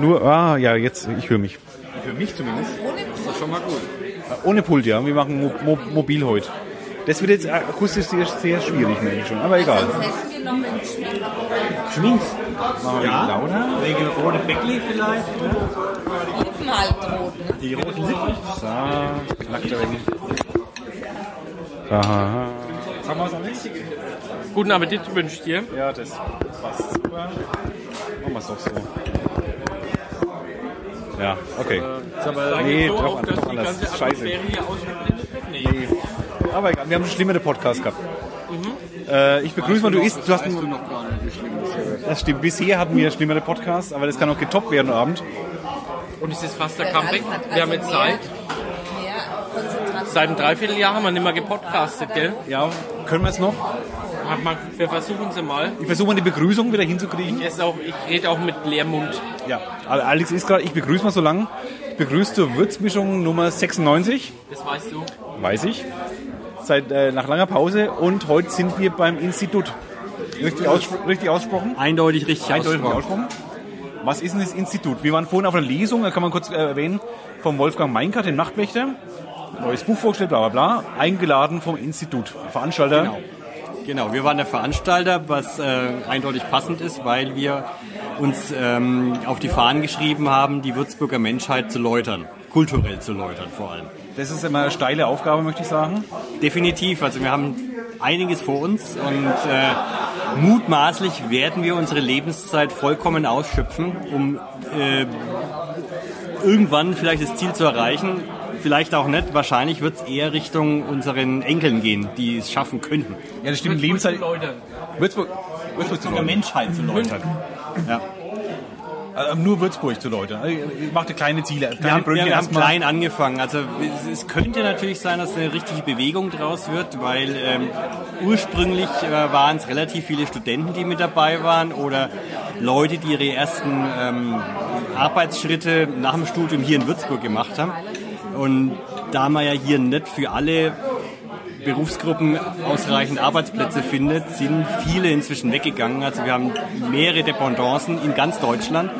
Nur, ah, ja, jetzt, ich höre mich. Für mich zumindest. Ist das schon mal gut. Äh, Ohne Pult, ja. Wir machen mo mo mobil heute. Das wird jetzt äh, akustisch sehr, sehr schwierig, merke ich schon. Aber egal. Sonst hätten wir noch einen Schmied. Schminks. Machen wir lauter. Wegen rote Beckley vielleicht. ne? Lippen halt rot. Ne? Die roten Lippen. So, knackt er irgendwie. Aha. Haben wir es Alex? Guten Appetit wünsche ich dir. Ja, das passt super. Machen wir es doch so. Ja, okay. Sag nee, ich so doch, auf, dass doch die anders. ganze Scheiße. Atmosphäre hier ausgeblendet wird? Nee. Aber egal, wir haben einen schlimmeren Podcast gehabt. Äh, ich begrüße mal, du isst. Du hast weißt du einen, noch gar nicht, wie schlimm das hier ist. das stimmt. Bisher hatten wir schlimmere Podcasts, aber das kann auch getoppt werden am Abend. Und es ist fast der Der Comeback. Ralf hat Wir haben also jetzt mehr- Zeit. mehr Konzentration. Seit einem Dreivierteljahr haben wir nicht mehr gepodcastet, gell? Ja, können wir es noch? Hat man- Wir versuchen es mal. Ich versuche mal die Begrüßung wieder hinzukriegen. Jetzt auch, ich rede auch mit leerem Mund. Ja, also Alex ist gerade, ich begrüße mal so lang. Ich begrüße zur Würzmischung Nummer 96. Das weißt du. Weiß ich. Seit äh, nach langer Pause und heute sind wir beim Institut. Richtig, aus, richtig aussprochen? Eindeutig richtig Eindeutig aussprochen. Was ist denn das Institut? Wir waren vorhin auf einer Lesung, da kann man kurz äh, erwähnen, vom Wolfgang Meinkert, dem Nachtwächter. Neues Buch vorgestellt, bla bla bla. Eingeladen vom Institut. Veranstalter. Genau. Genau, wir waren der Veranstalter, was äh, eindeutig passend ist, weil wir uns ähm, auf die Fahnen geschrieben haben, die Würzburger Menschheit zu läutern, kulturell zu läutern vor allem. Das ist immer eine steile Aufgabe, möchte ich sagen. Definitiv, also wir haben einiges vor uns und äh, mutmaßlich werden wir unsere Lebenszeit vollkommen ausschöpfen, um äh, irgendwann vielleicht das Ziel zu erreichen. Vielleicht auch nicht, wahrscheinlich wird es eher Richtung unseren Enkeln gehen, die es schaffen könnten. Ja, das stimmt. Lebenszeit. Leute. Würzburg. Würzburg zu Der Leuten. Menschheit zu läutern. Ja. Äh, nur Würzburg zu Leuten. Also, ich machte kleine Ziele. Kleine Wir haben, Brötchen wir haben erstmal. klein angefangen. Also es- es könnte natürlich sein, dass eine richtige Bewegung draus wird, weil ähm, ursprünglich äh, waren es relativ viele Studenten, die mit dabei waren oder Leute, die ihre ersten ähm, Arbeitsschritte nach dem Studium hier in Würzburg gemacht haben. Und da man ja hier nicht für alle Berufsgruppen ausreichend Arbeitsplätze findet, sind viele inzwischen weggegangen. Also wir haben mehrere Dependancen in ganz Deutschland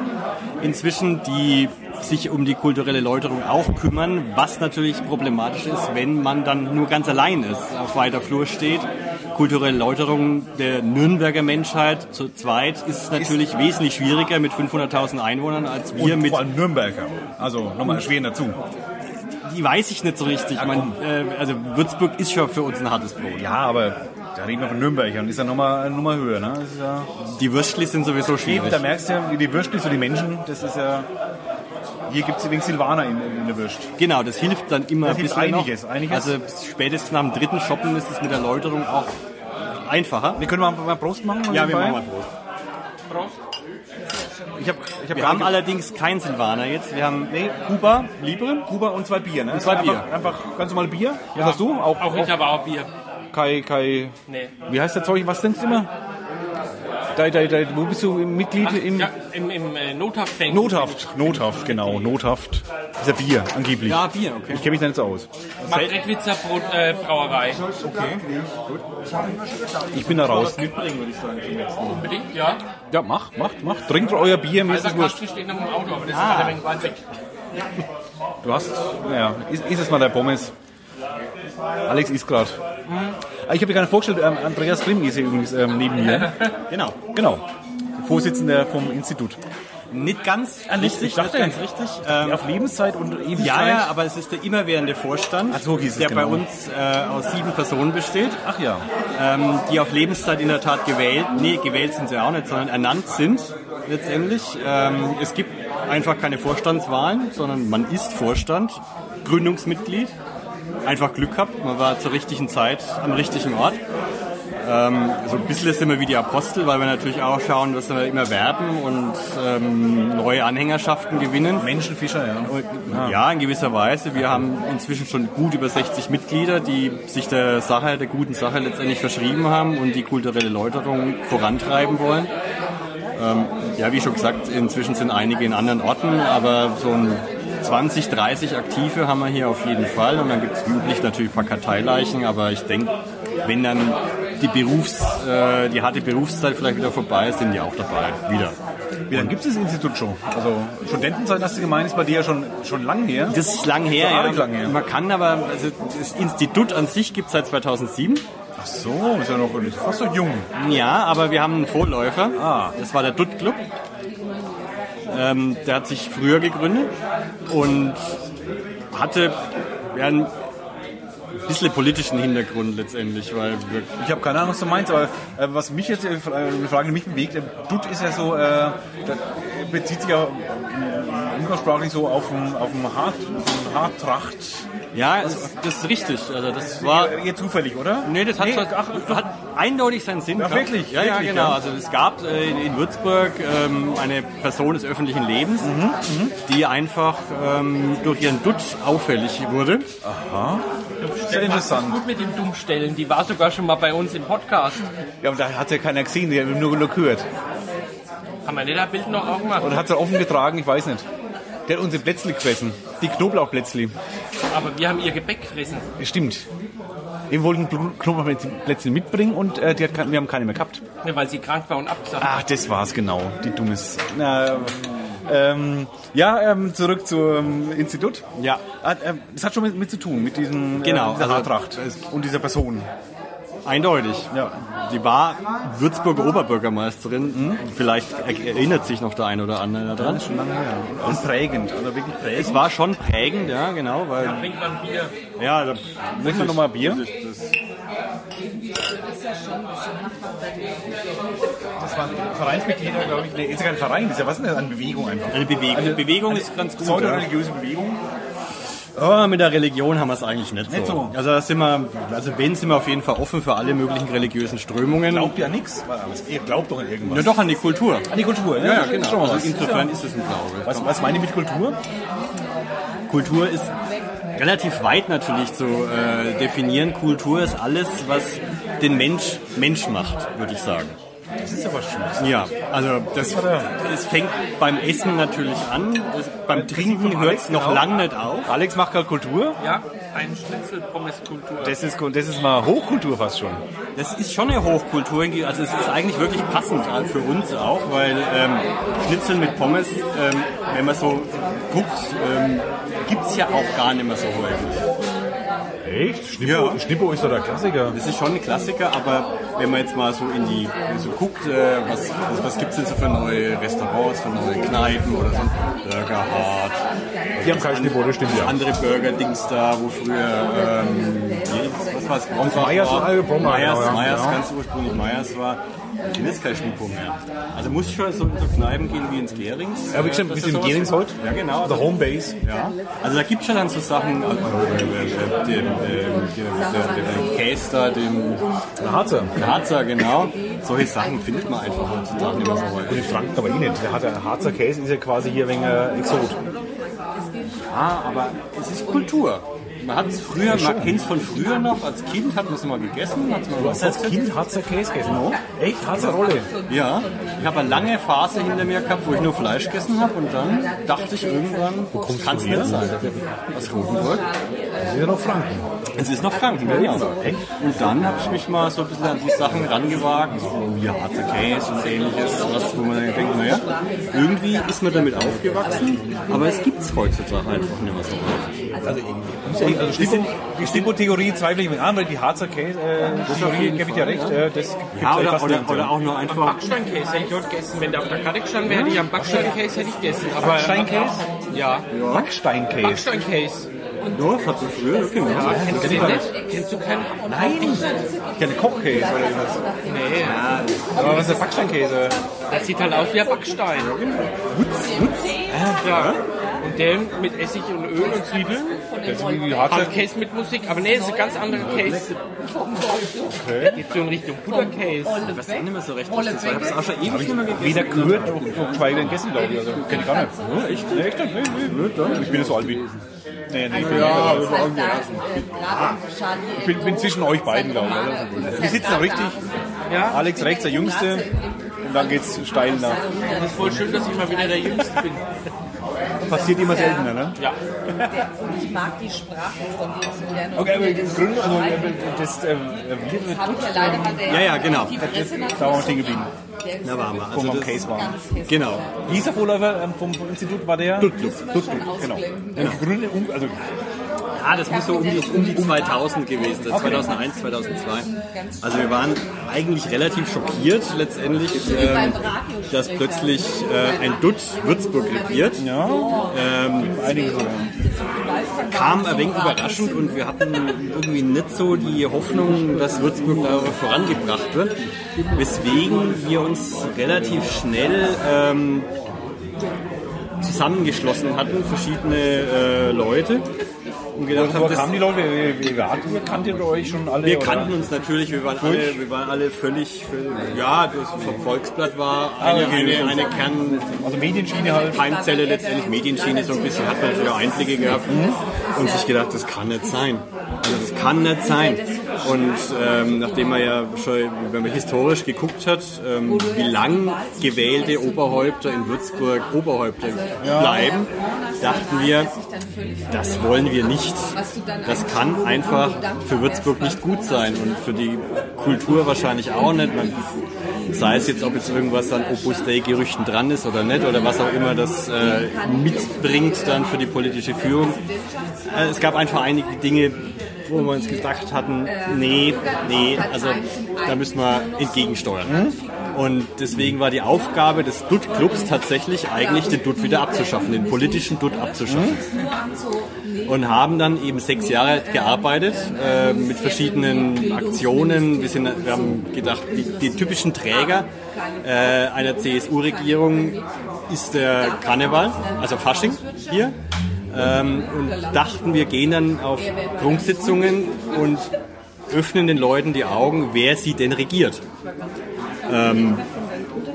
inzwischen, die sich um die kulturelle Läuterung auch kümmern, was natürlich problematisch ist, wenn man dann nur ganz allein ist, auf weiter Flur steht. Kulturelle Läuterung der Nürnberger Menschheit zu zweit ist natürlich wesentlich schwieriger mit 500.000 Einwohnern als wir Und mit vor allem Nürnberger. Also nochmal erschweren dazu. die weiß ich nicht so richtig. Man, äh, also Würzburg ist schon für uns ein hartes Brot. Ja, aber da reden wir von Nürnbergern. Ist ja nochmal eine Nummer höher. Ne? Das ist ja Die Würstchen sind sowieso schwierig. Eben, da merkst du ja, wie die Würstel, so die Menschen, das ist ja. Hier gibt es übrigens Silvaner in, in der Würst. Genau, das hilft dann immer Das ein hilft bisschen einiges, noch. einiges. Also spätestens nach dem dritten Shoppen ist es mit der Läuterung auch einfacher. Wir können mal, mal Prost machen. Ja, wir nebenbei? machen mal Prost. Ich habe ich hab Wir haben alle allerdings keinen Silvaner jetzt. Wir haben Nee. Kuba, Libre. Kuba und zwei Bier, ne? zwei einfach, Bier. Einfach ganz normal Bier. Was hast du? Auch, Auch ich habe auch Bier. Kai, Kai. Nee. Wie heißt der Zeug? Was denkst du immer? Da, da, da, wo bist du Mitglied Ach, im. ja, im, im äh, Nothaft denken. Nothaft. Nothaft, genau. Nothaft. Das ist ja Bier, angeblich. Ja, Bier, okay. Ich kenne mich da nicht so aus. Margretwitzer Brot, äh, Brauerei. Ich bin da raus. Unbedingt, ja. Ja, macht, macht, macht. Trinkt euer Bier, mir ist Also es wurscht. Kasten steht noch im Auto, aber das Ah. ist gerade ein wenig weit weg. Du hast, naja, ist, ist es mal der Pommes. Alex ist gerade. Ah, Ich habe dir gar nicht vorgestellt, ähm, Andreas Grimm ist hier übrigens ähm, neben mir. Genau. Genau. Vorsitzender vom Institut. Nicht ganz Ah, nicht- richtig, ich dachte- nicht ganz richtig. Ähm, Auf Lebenszeit und Ewigkeit. ja, ja, aber es ist der immerwährende Vorstand, Ach, so hieß es, der bei genau. uns äh, aus sieben Personen besteht. Ach ja. ähm, die auf Lebenszeit in der Tat gewählt, nee, gewählt sind sie auch nicht, sondern ernannt sind letztendlich. Ähm, es gibt einfach keine Vorstandswahlen, sondern man ist Vorstand, Gründungsmitglied, einfach Glück gehabt, man war zur richtigen Zeit am richtigen Ort. Ähm, so ein bisschen sind wir wie die Apostel, weil wir natürlich auch schauen, dass wir immer werben und ähm, neue Anhängerschaften gewinnen. Menschenfischer, ja. ah, Ja, in gewisser Weise. Wir haben inzwischen schon gut über 60 Mitglieder, die sich der Sache, der guten Sache letztendlich verschrieben haben und die kulturelle Läuterung vorantreiben wollen. Ähm, ja, wie schon gesagt, inzwischen sind einige in anderen Orten, aber so ein 20, 30 Aktive haben wir hier auf jeden Fall. Und dann gibt es üblich natürlich ein paar Karteileichen, aber ich denke, wenn dann die Berufs, äh, die harte Berufszeit vielleicht wieder vorbei ist, sind die auch dabei. Wieder. Wie lange gibt es das Institut schon? Also Studentenzeit, hast du gemeint, ist bei dir ja schon, schon lang her. Das ist lang her, So ja. arg lang her. Man kann aber, also das Institut an sich gibt es seit 2007. Ach so, ist ja noch fast so jung. Ja, aber wir haben einen Vorläufer. Ah. Das war der Dutt Club. Ähm, der hat sich früher gegründet und hatte ja, einen bisschen politischen Hintergrund letztendlich, weil wir Ich habe keine Ahnung, was du meinst, aber äh, was mich jetzt, äh, eine Frage, die mich bewegt, äh, Dutt ist ja so, äh, da bezieht sich ja äh, umgangssprachlich so auf den auf den Haar, auf den Haartracht. Ja, das, das ist richtig. Also das war. Eher Äh, zufällig, oder? Nee, das hat, Nee, zwar- hat eindeutig seinen Sinn. Ja, gehabt. wirklich, Ja, wirklich, ja, genau. ja. Also es gab äh, in- in Würzburg ähm, eine Person des öffentlichen Lebens, Mhm, die einfach ähm, durch ihren Dutsch auffällig wurde. Sehr interessant. Gut mit dem Dummstellen, die war sogar schon mal bei uns im Podcast. Ja, und da hat ja keiner gesehen, die haben nur, nur gehört. Haben wir nicht das Bild noch auch gemacht? Und hat es offen getragen, ich weiß nicht. Der hat unsere Plätzli gefressen. Die Knoblauchplätzli. Aber wir haben ihr Gebäck gerissen. Stimmt. Wir wollten Bl- Knoblauchplätzli mitbringen und äh, die hat, kein- wir haben keine mehr gehabt. Ne, weil sie krank war und abgesagt. Ach, das war's genau. Die dummes. Na, ähm, ja, ähm, zurück zum Institut. Ja. Hat, ähm, das hat schon mit, mit zu tun, mit diesem, Genau, äh, dieser also- Haartracht und dieser Person. Eindeutig. Ja. Die war Würzburger Mhm. Oberbürgermeisterin. Vielleicht er- erinnert sich noch der eine oder andere daran. schon lange her. Und prägend, also wirklich prägend. Es war schon prägend, ja, genau, Ah. weil Trinkt man Bier. ja, da, Möchten wir nochmal Bier? Das waren Vereinsmitglieder, glaube ich. Nee, ist ja kein Verein, ist ja was ist denn das? Eine Bewegung einfach. eine Bewegung. Also Also Bewegung ist ganz gut. ja. Pseudo-religiöse Bewegung. Oh, mit der Religion haben wir es eigentlich nicht so. Nicht so. Also da sind wir, also wenn sind wir auf jeden Fall offen für alle möglichen religiösen Strömungen. Glaubt ja nichts. Ihr glaubt doch an irgendwas. ja doch an die Kultur. An die Kultur, ne? Ja, Das ist schon genau. mal was. Also insofern ist es ein Glaube. Was, was meine ich mit Kultur? Kultur ist relativ weit natürlich zu äh, definieren. Kultur ist alles, was den Mensch Mensch macht, würde ich sagen. Das ist aber schön. Ja, also das, es fängt beim Essen natürlich an, das, beim Trinken hört es noch genau. lang nicht auf. Alex macht gerade Kultur. Ja, ein Schnitzel Pommeskultur. Das ist, das ist mal Hochkultur fast schon. Das ist schon eine Hochkultur, also es ist eigentlich wirklich passend für uns auch, weil ähm, Schnitzel mit Pommes, ähm, wenn man so guckt, ähm, gibt es ja auch gar nicht mehr so häufig. Echt? Schnippo, Schnippo ist doch der Klassiker. Das ist schon ein Klassiker, aber wenn man jetzt mal so in die, so guckt, äh, was, was, was gibt es denn so für neue Restaurants, für neue Kneipen oder so, Burger Hart, Die haben kein Schnippo, das stimmt ja. andere Burger-Dings da, wo früher, ähm, jedes- was war es, Brons Meyers und alle Brommer, Meyers, genau, ja. Meyers Ja. ganz ursprünglich Meyers war, den ist kein Schnippo mehr. Also muss ich schon so in so Kneipen gehen wie ins Gehrings. Ja, wie gesagt, äh, ein dass bisschen da sowas- Gehrings heute. Ja, genau. The Also, Homebase. ja. also da gibt es schon dann so Sachen, also, äh, äh, dem, ähm, dem, dem, dem Käse da, dem Der Harzer. Harzer, genau. Solche Sachen findet man einfach heutzutage nicht mehr so Und in häufig. Franken aber eh nicht. Der Harzer- Harzer Käse ist ja quasi hier wegen äh, Exot. Ah, aber es ist Kultur. Man hat es früher, man kennt es von früher noch, als Kind hat man es mal gegessen. Hat's mal Du hast als Kind Harzer Käse gegessen, no? Echt? Harzer Rolle. Ja, ich habe eine lange Phase hinter mir gehabt, wo ich nur Fleisch gegessen habe und dann dachte ich irgendwann, wo kommst kann's her? nicht sein. Aus Rotenburg. Das ist ja noch Franken. Es ist noch Franken, genau. Und dann habe ich mich mal so ein bisschen an die Sachen rangewagt, so wie harte Käse und ähnliches, was, wo man dann denkt, naja, irgendwie ist man damit aufgewachsen, aber es gibt es heutzutage einfach nicht mehr so häufig. Also Schnippo, die Schnippo-Theorie zweifle ich mit an, weil die Harzer Käse-Theorie, jeden gebe ich dir Fall, recht, ja. äh, das gibt's Ja, eigentlich oder, fast oder, nicht. oder auch nur einfach Backsteinkäse hätte ich heute gegessen. Wenn der auf der Karte gestanden wäre, hätte ich am Backsteinkäse hätte ich gegessen. Aber- Hm? Backsteinkäse? Ja. Backsteinkäse. Backsteinkäse. Ja, das hat man früher genau. Kennst du den nicht? Kennst du keinen? Nein! Ich kenne Kochkäse oder irgendwas. Nee. genau. Aber was ist der Backsteinkäse? Das sieht halt aus wie ein Backstein. Ja. Und der mit Essig und Öl und Zwiebeln. Das ist wie die Hard Case mit Musik, aber nee, das ist ein ganz anderer Case. Geht so in Richtung Buttercase. Ich weiß auch nicht mehr so recht, was das war. Ich habe es auch schon ewig nicht mehr gegessen. Weder gehört, noch geschweige denn gegessen, glaube ich. Also, kenn ich gar nicht. echt? Nee, echt? nicht. Nee, nee, nee. Ich bin so alt wie... Nee, nee, ich bin, äh, ich bin, bin zwischen euch beiden, glaube ich. Also, Wir sitzen auch richtig. Ja. Alex rechts, der Jüngste. und dann geht's steil nach. Das Also, ist voll schön, dass ich mal wieder der Jüngste bin. Passiert immer Ja. seltener, ne? Ja. Und ich mag die Sprache von denen so gerne. Okay, aber Und im Grunde, also äh, das äh, wir das habe ich ja leider bei der Ja, ja, genau. die Presse natürlich Da waren wir stehen so geblieben. gemacht. Der ist Da waren wir. Also vom am das- Case waren. ganz hässlich. Genau. Dieser Vorläufer ähm, vom vom Institut war der Dudlub. Müssen wir Dudlub, schon genau. ausblenden. Im Grunde, um- also Ah, das muss so um die, um die 2000 gewesen sein, 2001, 2002. Also wir waren eigentlich relativ schockiert letztendlich, ähm, dass plötzlich äh, ein Dutt Würzburg regiert. einige sogar. Kam ein wenig überraschend und wir hatten irgendwie nicht so die Hoffnung, dass Würzburg da vorangebracht wird, weswegen wir uns relativ schnell ähm, zusammengeschlossen hatten, verschiedene äh, Leute. Und gedacht haben, Woher das- kamen die Leute? Wir, wir, wir, hatten- wir kanntet euch schon alle. Wir oder? kannten uns natürlich, wir waren alle, wir waren alle völlig, völlig- ja, das vom Volksblatt war eine, eine, eine Kern, Also Medienschiene halt. Keimzelle letztendlich, Medienschiene so ein bisschen, hat man natürlich auch Einblicke gehabt und sich gedacht, das kann nicht sein. Also das kann nicht sein. Und ähm, nachdem man ja schon, wenn man historisch geguckt hat, ähm, wie lang gewählte Oberhäupter in Würzburg Oberhäupter bleiben, dachten wir, das wollen wir nicht. Das kann einfach für Würzburg nicht gut sein und für die Kultur wahrscheinlich auch nicht. Man, sei es jetzt, ob jetzt irgendwas an Opus Dei-Gerüchten dran ist oder nicht oder was auch immer das äh, mitbringt dann für die politische Führung. Äh, es gab einfach einige Dinge, wo wir uns gedacht hatten, nee, nee, also da müssen wir entgegensteuern. Und deswegen war die Aufgabe des Dutt-Clubs tatsächlich eigentlich, den Dutt wieder abzuschaffen, den politischen Dutt abzuschaffen und haben dann eben sechs Jahre gearbeitet äh, mit verschiedenen Aktionen. Wir, sind, wir haben gedacht, die, die typischen Träger äh, einer CSU-Regierung ist der Karneval, also Fasching hier. Ähm, und dachten, wir gehen dann auf Prunksitzungen und öffnen den Leuten die Augen, wer sie denn regiert. Ähm,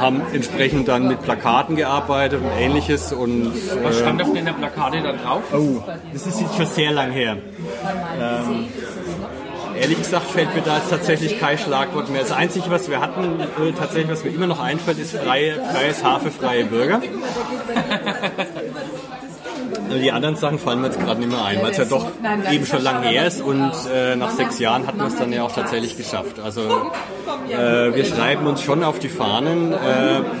haben entsprechend dann mit Plakaten gearbeitet und ähnliches und Was stand auf der Plakate dann drauf? Oh, das ist jetzt schon sehr lang her. Ähm, ehrlich gesagt fällt mir da jetzt tatsächlich kein Schlagwort mehr. Das Einzige, was wir hatten, äh, tatsächlich, was mir immer noch einfällt, ist freie, freies Haar für freie Bürger. Also Die anderen Sachen fallen mir jetzt gerade nicht mehr ein, weil es ja doch eben schon lang her ist und äh, nach sechs Jahren hatten wir es dann ja auch tatsächlich geschafft. Also äh, wir schreiben uns schon auf die Fahnen äh,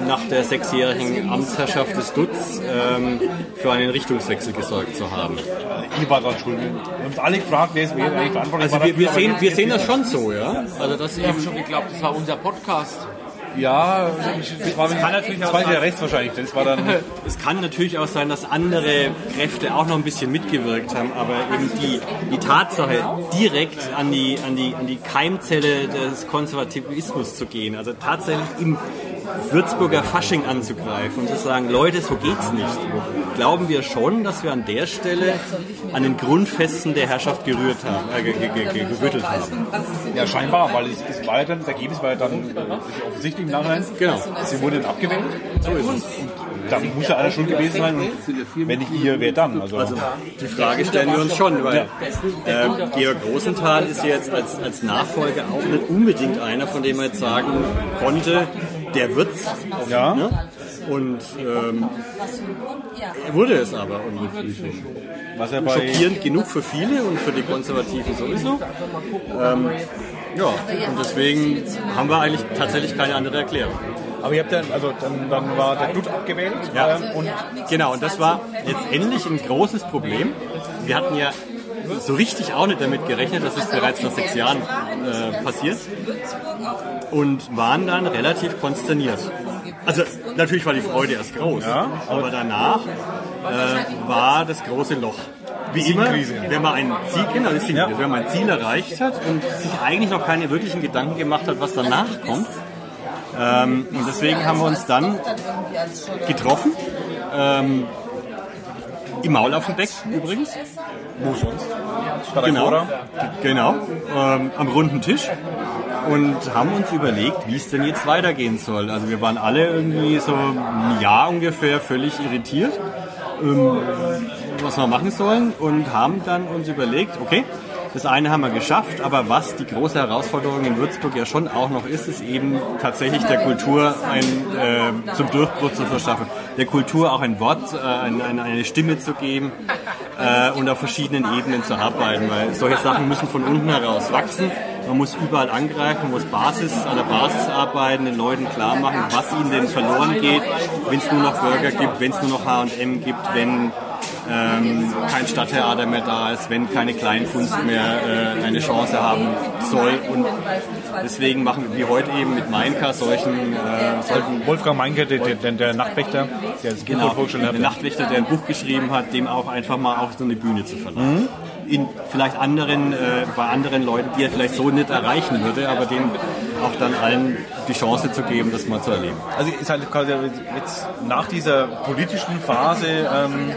nach der sechsjährigen Amtsherrschaft des Dutz ähm, für einen Richtungswechsel gesorgt zu haben. Ihr wart dran schuld. Wir haben alle gefragt, wer ist wer wer verantwortlich Also war wir, wir, dafür, sehen, aber- wir sehen das schon so, ja? Also das Ich habe schon eben, geglaubt, das war unser Podcast. Ja, das war, kann natürlich das auch war sein. der Rest wahrscheinlich. Das war dann. es kann natürlich auch sein, dass andere Kräfte auch noch ein bisschen mitgewirkt haben, aber eben die, die Tatsache, direkt an die, an, die, an die Keimzelle des Konservativismus zu gehen, also tatsächlich im Würzburger Fasching anzugreifen und zu sagen, Leute, so geht's nicht. Glauben wir schon, dass wir an der Stelle an den Grundfesten der Herrschaft gerührt haben, äh, ge- ge- ge- ge- gerüttelt haben. Ja, scheinbar, weil es, es war ja dann, das Ergebnis war ja dann äh, offensichtlich im Nachhinein. Genau. Sie wurde dann abgewählt. So ist es. Da muss ja einer schuld gewesen sein. Und wenn nicht ihr, wer dann? Also, Also die Frage stellen wir uns schon, weil ähm, Georg Rosenthal ist jetzt als, als Nachfolger auch nicht unbedingt einer, von dem man jetzt sagen konnte, der wird's. ja. Ne? Und ähm, er wurde es aber. Und Was ja bei schockierend genug für viele und für die Konservativen sowieso. Ähm, ja, und deswegen haben wir eigentlich tatsächlich keine andere Erklärung. Aber ihr habt dann, also dann, dann war der Blut abgewählt. Ja. ähm, Und Genau, und das war letztendlich ein großes Problem. Wir hatten ja so richtig auch nicht damit gerechnet, dass es bereits nach sechs Jahren äh, passiert und waren dann relativ konsterniert. Also natürlich war die Freude erst groß, aber danach äh, war das große Loch. Wie immer, Siegkrise. wenn man ein Ziel, genau, das ist die Krise. wenn man ein Ziel erreicht hat und sich eigentlich noch keine wirklichen Gedanken gemacht hat, was danach kommt. Ähm, und deswegen haben wir uns dann getroffen. Ähm, Im Maul auf dem Deck übrigens. wo sonst? Statt Genau. Agora. Genau. Ähm, am runden Tisch. Und haben uns überlegt, wie es denn jetzt weitergehen soll. Also wir waren alle irgendwie so ein Jahr ungefähr völlig irritiert, ähm, was wir machen sollen. Und haben dann uns überlegt, okay, Das eine haben wir geschafft, aber was die große Herausforderung in Würzburg ja schon auch noch ist, ist eben tatsächlich der Kultur ein, äh, zum Durchbruch zu verschaffen. Der Kultur auch ein Wort, äh, ein, ein, eine Stimme zu geben äh, und auf verschiedenen Ebenen zu arbeiten, weil solche Sachen müssen von unten heraus wachsen. Man muss überall angreifen, muss Basis, an der Basis arbeiten, den Leuten klar machen, was ihnen denn verloren geht, wenn es nur noch Burger gibt, wenn es nur noch H&M gibt, wenn ähm, kein Stadttheater mehr da ist, wenn keine Kleinkunst mehr äh, eine Chance haben soll. Und deswegen machen wir wie heute eben mit Mainka solchen, äh, solchen Wolfgang Meinke, der, der, der, der Nachtwächter, der es genau, vorgestellt den hat. Nachtwächter, der ein Buch geschrieben hat, dem auch einfach mal auch so eine Bühne zu verleihen. Mhm. In vielleicht anderen, äh, bei anderen Leuten, die er vielleicht so nicht erreichen würde, aber denen auch dann allen die Chance zu geben, das mal zu erleben. Also ist halt quasi jetzt nach dieser politischen Phase ähm,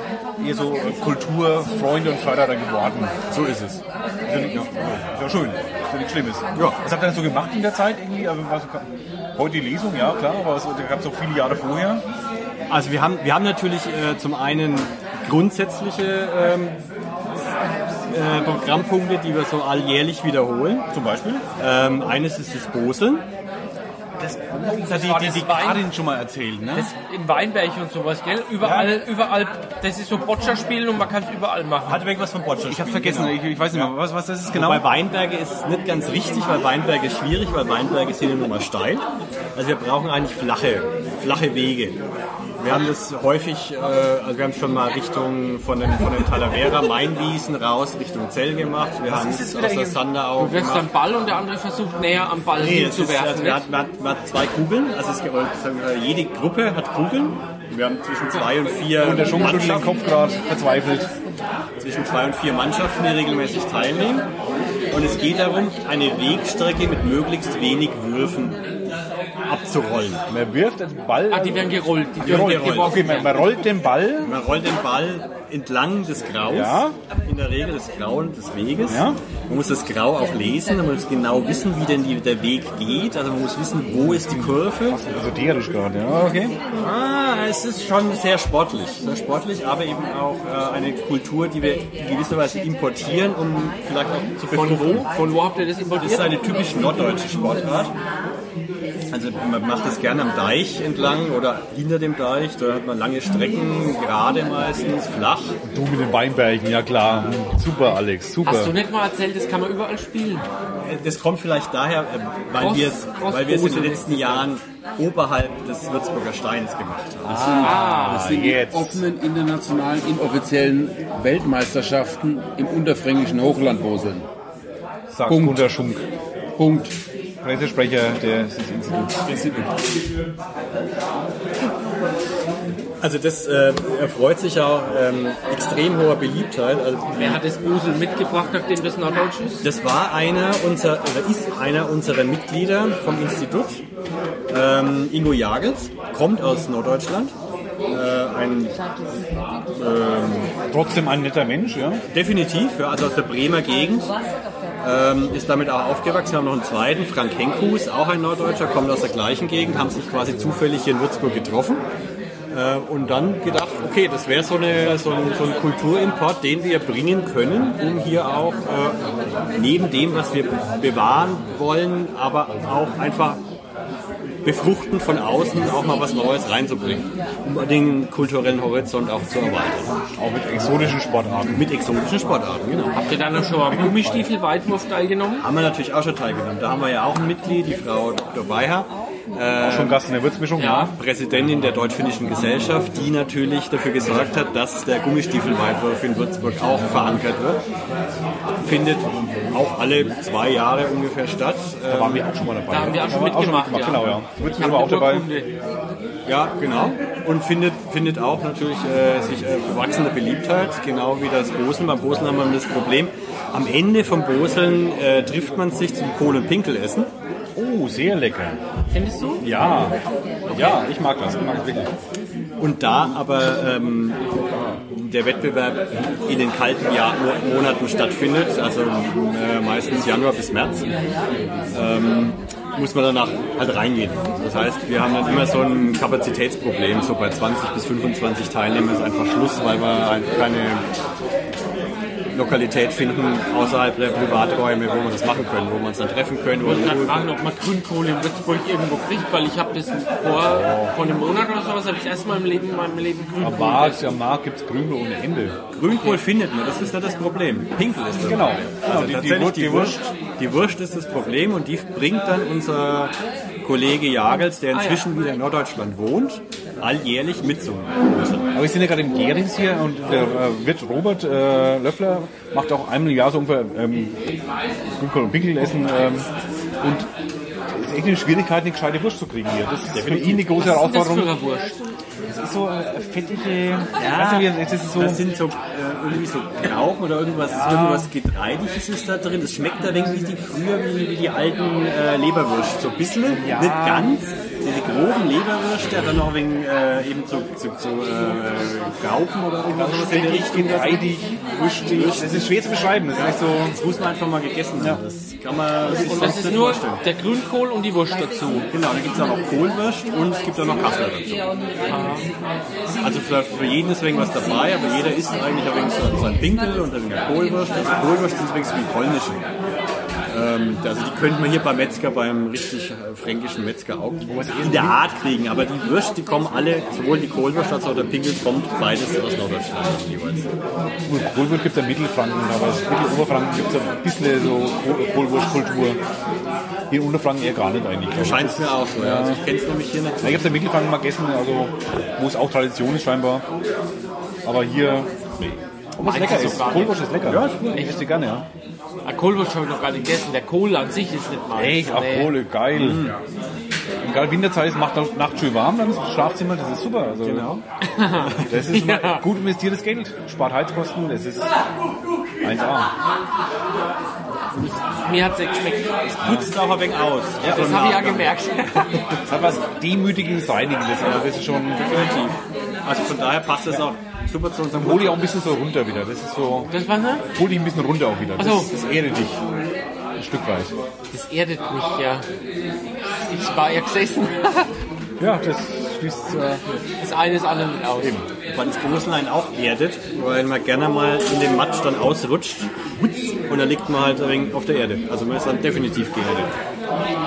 eher so Kulturfreunde und Förderer geworden. So ist es. Ist ja, nicht, ja. Ist ja schön. Ist ja nichts Schlimmes. Ja. Was habt ihr denn so gemacht in der Zeit irgendwie? Also was- Heute die Lesung, ja klar, aber es- da gab es auch viele Jahre vorher. Also wir haben, wir haben natürlich äh, zum einen grundsätzliche ähm, äh, Programmpunkte, die wir so alljährlich wiederholen. Zum Beispiel? Ähm, eines ist das Boseln. Das Die, war die, die das Wein- Karin schon mal erzählt, ne? das Im Weinberg und sowas, gell? Überall, überall, das ist so Boccia spielen und man kann es überall machen. Hat irgendwas von Boccia. Ich habe vergessen, ich, ich weiß nicht mehr, was, was das ist Genau. genau. Bei Weinberge ist es nicht ganz richtig, weil Weinberge ist schwierig, weil Weinberge sind ja nun mal steil. Also wir brauchen eigentlich flache, flache Wege. Wir haben das häufig, äh, also wir haben schon mal Richtung von den, von den Talavera Mainwiesen raus Richtung Zell gemacht. Wir haben es aus der Sanderau Du wirfst gemacht. einen Ball und der andere versucht näher am Ball Nee, das ist, hinzuwerfen. also wir, hatten, wir, hatten, wir hatten zwei Kugeln, also es, gibt- sagen wir, jede Gruppe hat Kugeln. Wir haben zwischen zwei und vier Und der Schunk durch den Mannschaften- Kopf gerade verzweifelt. zwischen zwei und vier Mannschaften, die regelmäßig teilnehmen. Und es geht darum, eine Wegstrecke mit möglichst wenig Würfen abzurollen. Man wirft den Ball. ah, die werden gerollt. Die, werden werden gerollt. geworfen. Okay, man, man rollt den Ball. Man rollt den Ball entlang des Graus, Ja. in der Regel des Grauen des Weges. Ja. Man muss das Grau auch lesen, man muss genau wissen, wie denn die, der Weg geht. Also man muss wissen, wo ist die Kurve. Esoterisch Also gerade, ja. Okay. Ah, es ist schon sehr sportlich. Sehr sportlich, aber eben auch äh, eine Kultur, die wir in gewisser Weise importieren, um vielleicht auch zu Von befruchten. wo? Von wo habt ihr das Das ist importiert? eine typisch norddeutsche Sportart. Also man macht das gerne am Deich entlang oder hinter dem Deich. Da hat man lange Strecken, gerade meistens, flach. Du mit den Weinbergen, ja klar. Hm, Super, Alex, Hast du super. nicht mal erzählt, das kann man überall spielen? Das kommt vielleicht daher, äh, weil Cross- wir es weil wir es in den Crossboden. letzten Jahren oberhalb des Würzburger Steins gemacht haben. Das sind die Ah, jetzt. offenen internationalen inoffiziellen Weltmeisterschaften im unterfränkischen Hochland Boseln. Sagt Punkt. Gunter Schunk, Punkt. Pressesprecher des Instituts. Also das äh, erfreut sich auch ähm, extrem hoher Beliebtheit. Also Wer hat das Busel mitgebracht, nachdem das Norddeutsch ist? Das war einer unserer, oder ist einer unserer Mitglieder vom Institut. Ähm, Ingo Jagels kommt aus Norddeutschland. Äh, ein, Trotzdem ein netter Mensch, ja. definitiv, ja, also aus der Bremer Gegend. Ähm, ist damit auch aufgewachsen. Wir haben noch einen zweiten, Frank Henkus, auch ein Norddeutscher, kommt aus der gleichen Gegend, haben sich quasi zufällig hier in Würzburg getroffen. Äh, und dann gedacht, okay, das wäre so, eine, so, ein, so ein Kulturimport, den wir bringen können, um hier auch äh, neben dem, was wir bewahren wollen, aber auch einfach befruchten von außen auch mal was Neues reinzubringen, um den kulturellen Horizont auch zu erweitern. Auch mit exotischen Sportarten. Mit exotischen Sportarten, genau. Habt ihr dann auch schon am Gummistiefel-Weitwurf teilgenommen? Haben wir natürlich auch schon teilgenommen. Da haben wir ja auch ein Mitglied, die Frau Dr. Weiher, Auch schon Gast in der Würzmischung, Ähm, Ja. Präsidentin der Deutsch-Finnischen Gesellschaft, die natürlich dafür gesorgt hat, dass der Gummistiefelweitwurf in Würzburg auch verankert wird. Findet auch alle zwei Jahre ungefähr statt. Ähm, Da waren wir auch schon mal dabei. Da haben wir auch schon mitgemacht, ja. Genau, ja. Würzmischung eine war auch dabei. Urkunde. Ja, genau. Und findet, findet auch natürlich äh, sich äh, wachsende Beliebtheit, genau wie das Boseln. Beim Boseln haben wir das Problem, am Ende vom Boseln äh, trifft man sich zum Kohl- und Pinkelessen. Oh, sehr lecker. Findest du? Ja. Ja, ich mag das. Ich mag das wirklich. Und da aber ähm, der Wettbewerb in den kalten Jahr Mo- Monaten stattfindet, also äh, meistens Januar bis März, ähm, muss man danach halt reingehen. Das heißt, wir haben dann immer so ein Kapazitätsproblem, so bei 20 bis 25 Teilnehmern ist einfach Schluss, weil wir ein- keine halt Lokalität finden außerhalb der Privaträume, wo wir das machen können, wo wir uns dann treffen können. Ich wollte Wo, gerade fragen, ob man Grünkohle in Würzburg irgendwo kriegt, weil ich habe das vor, vor einem Monat oder sowas, habe ich erstmal im Leben, in meinem Leben Am Grünkohle. Markt, am Markt gibt es Krümel ohne Ende. Grünkohl findet man, das ist nicht das Problem. Pinkel ist das Genau. Problem. Genau, Also die- die tatsächlich Wurst- die, die Wurst, die Wurst ist das Problem und die bringt dann unser Kollege Jagels, der inzwischen Ah, wieder in Norddeutschland wohnt, alljährlich mit zum Aber wir sind ja gerade im Gerings hier und der äh, Wirt Robert äh, Löffler macht auch einmal im Jahr so ungefähr ähm, Grünkohl und Pinkel essen. Ähm, und es ist echt eine Schwierigkeit, eine gescheite Wurst zu kriegen hier. Das ist für ihn eine große Was ist das für Herausforderung. eine Wurst? Das ist so eine fettige... weißt du, wie das ist so... Ah. Das sind so äh, irgendwie so Rauch oder irgendwas, irgendwas Getreidiges ist da drin. Das schmeckt da denke ich, die früher wie, wie die alten äh, Leberwürst. So ein bisschen, nicht ganz. Diese groben Leberwürste, dann noch wegen äh, eben so, so, so äh, Gaupen oder irgendwas sowas in der Richtung. Also getreidig, wuschtig. Das ist schwer zu beschreiben. Das ist echt so... Das muss man einfach mal gegessen haben. Das kann man sich Und sonst das ist nicht nur vorstellen. der Grünkohl und die Wurst dazu. Genau, da gibt es auch noch Kohlwürst und es gibt auch noch Kassler dazu. Also für, für jeden ist wegen was dabei, aber jeder isst eigentlich ein wenig so sein Pinkel und dann eine Kohlwurst. Also Kohlwurst sind übrigens wie die polnischen. Ähm, also die könnte man hier beim Metzger, beim richtig äh, fränkischen Metzger auch in der Art kriegen. Aber die Würst, die kommen alle, sowohl die Kohlwurst als auch der Pinkel, kommt beides aus Norddeutschland jeweils. Gut, Kohlwurst gibt es ja Mittelfranken, aber Mitteloberfranken gibt es ein bisschen so Kohl- Kohlwurstkultur. Hier in Unterfranken eher gar nicht eigentlich. glaub ich. Scheint es mir auch so, ja. Also ich kenne es nämlich hier nicht. Da gibt es ja Mittelfranken mal gegessen, also, wo es auch Tradition ist scheinbar. Aber hier. Obwohl es lecker ist. Kohlwurst ist lecker. Ja, ich esse die gerne, ja. Ah, Kohlwurst habe ich noch gar nicht gegessen. Der Kohl an sich ist nicht mal. Echt? Ach, Kohle, geil. Und gerade Winterzeit es macht auch nachts schön warm, dann ist das Schlafzimmer, das ist super. Also, genau. Das ist immer Ja. gut investiertes Geld. Spart Heizkosten, das ist 1A. Mir hat es geschmeckt. Putzt auch ein wenig aus. Ja, Das habe ich ja gemerkt. Es hat was demütigendes Reinigendes, also das ist schon. definitiv. Also von daher passt das auch super zu unserem Hol dich auch ein bisschen so runter wieder. Das ist so. Das war ne? Hol dich ein bisschen runter auch wieder. Das, Ach so. das erdet dich. Ein Stück weit. Das erdet mich ja. Ich war ja gesessen. Ja, das schließt. Äh, Das eine ist andere mit aus. Weil das Bosenlein auch erdet, weil man gerne mal in den Matsch dann ausrutscht Hutz, und dann liegt man halt ein wenig auf der Erde. Also man ist dann definitiv geerdet.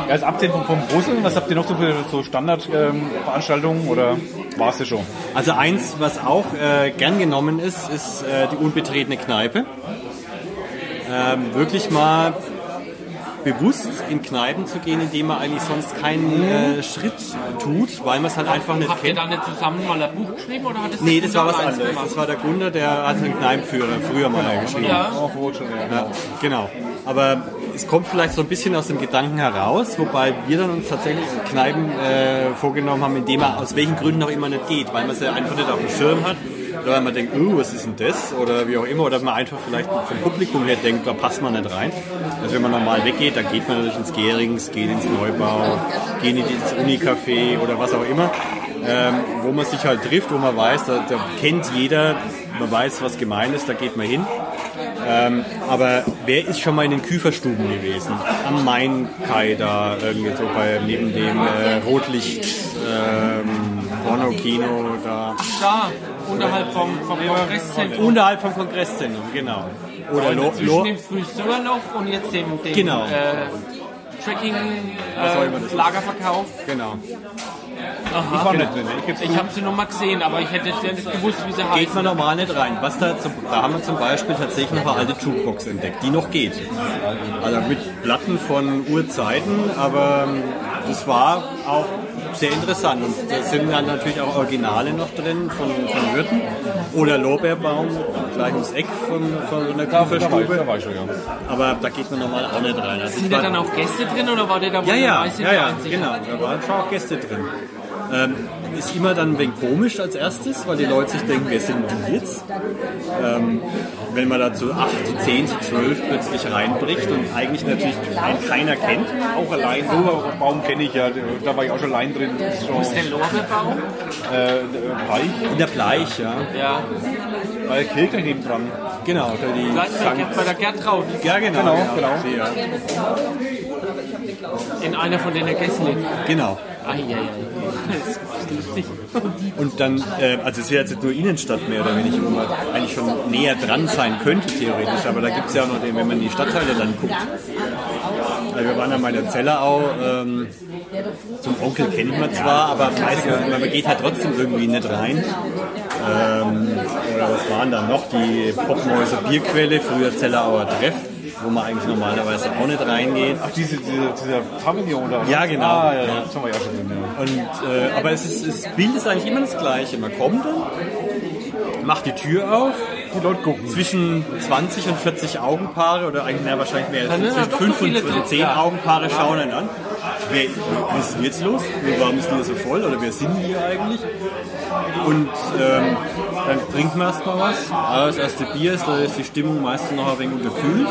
also abgesehen vom, vom Brüssel, was habt ihr noch so für so Standardveranstaltungen oder war es ja schon? Also eins, was auch äh, gern genommen ist, ist äh, die unbetretene Kneipe. Ähm, wirklich mal bewusst in Kneipen zu gehen, indem man eigentlich sonst keinen äh, Schritt tut, weil man es halt einfach nicht Habt ihr kennt. dann nicht zusammen mal ein Buch geschrieben oder hat das Nee, das war was allein anderes. gemacht? Das war der Gunter, der hat einen Kneipenführer früher mal geschrieben. Ja. Auf Rot schon, ja. Ja, genau. Aber es kommt vielleicht so ein bisschen aus dem Gedanken heraus, wobei wir dann uns tatsächlich Kneipen äh, vorgenommen haben, indem man aus welchen Gründen auch immer nicht geht, weil man es ja einfach nicht auf dem Schirm hat. Oder weil man denkt, oh, was ist denn das? Oder wie auch immer. Oder man einfach vielleicht vom Publikum her denkt, da passt man nicht rein. Also wenn man normal weggeht, dann geht man natürlich ins Gehrings, geht ins Neubau, geht in ins Unicafé oder was auch immer. Ähm, wo man sich halt trifft, wo man weiß, da, da kennt jeder, man weiß, was gemeint ist, da geht man hin. Aber wer ist schon mal in den Küferstuben gewesen? Am Mainkai da, irgendwie so bei, neben dem äh, Rotlicht, ähm, Porno-Kino da. Da, unterhalb vom, vom Kongresszentrum. Unterhalb vom Kongresszentrum, genau. Oder Lo, Zwischen Lo, dem Friseurloch und jetzt dem, dem Genau. äh, Tracking auch immer das äh, ist. Lagerverkauf. genau. Ich war nicht drin. Ich geb's Ich habe sie noch mal gesehen, aber ich hätte jetzt ja nicht gewusst, wie sie heißt. Geht man normal nicht rein. Was da, zum, da haben wir zum Beispiel tatsächlich noch eine alte Jukebox entdeckt, die noch geht. Also mit Platten von Urzeiten, aber ähm, das war auch sehr interessant. Und da sind dann natürlich auch Originale noch drin von, von Würten oder Lorbeerbaum, gleich ums Eck von, von einer da, war ich, Kupferstube. da war ich schon, ja. Aber da geht man normal auch nicht rein. Also Sind ich da war- dann auch Gäste drin oder war der da wohl ja, ja, dabei? Sind ja, die ja, einzigen? genau. Da waren schon auch Gäste drin. Ähm, ist immer dann ein wenig komisch als erstes, weil die Leute sich denken, wer sind die jetzt? Ähm, wenn man da zu 8, zu 10, zu 12 plötzlich reinbricht und eigentlich natürlich kein- keiner kennt. Auch allein. Oberbaum kenne ich ja. Da war ich auch schon allein drin. Das ist schon, Der Lorbeerbaum? äh, äh, Reich. In der Bleich, ja. Ja. Bei der Kirche neben dran. Genau, da die Gleich bei der- bei der Gertraud. Ja, genau. Genau, genau. Ja. In einer von denen Gästlin. Genau. Eieiei. Das ist lustig. Und dann, äh, also es wäre jetzt nur Innenstadt mehr oder weniger, wo man eigentlich schon näher dran sein könnte, theoretisch. Aber da gibt es ja auch noch den, wenn man in die Stadtteile dann guckt. Also wir waren ja mal in der Zellerau. Ähm, zum Onkel kennt man zwar, aber weiß man, man geht halt trotzdem irgendwie nicht rein. Ähm, oder was waren da noch? Die Poppenhäuser Bierquelle, früher Zellerauer Treff, wo man eigentlich normalerweise auch nicht reingeht. Ach, diese, diese, dieser Pavillon da. Ja, genau. Ah, ja, Ja. Das haben wir ja schon drin, ja. Und, äh, aber es ist, das Bild ist eigentlich immer das gleiche. Man kommt dann, macht die Tür auf, Die Leute gucken. zwischen 20 und 40 Augenpaare oder eigentlich na, wahrscheinlich mehr Dann sind als zwischen doch 5 so viele und drin, 10 ja. Augenpaare schauen einen an. Wer, was ist jetzt los? Warum ist die hier so voll? Oder wer sind die eigentlich? Und ähm, dann trinkt man erstmal was. Aber das erste Bier ist, da ist die Stimmung meistens noch ein wenig gekühlt.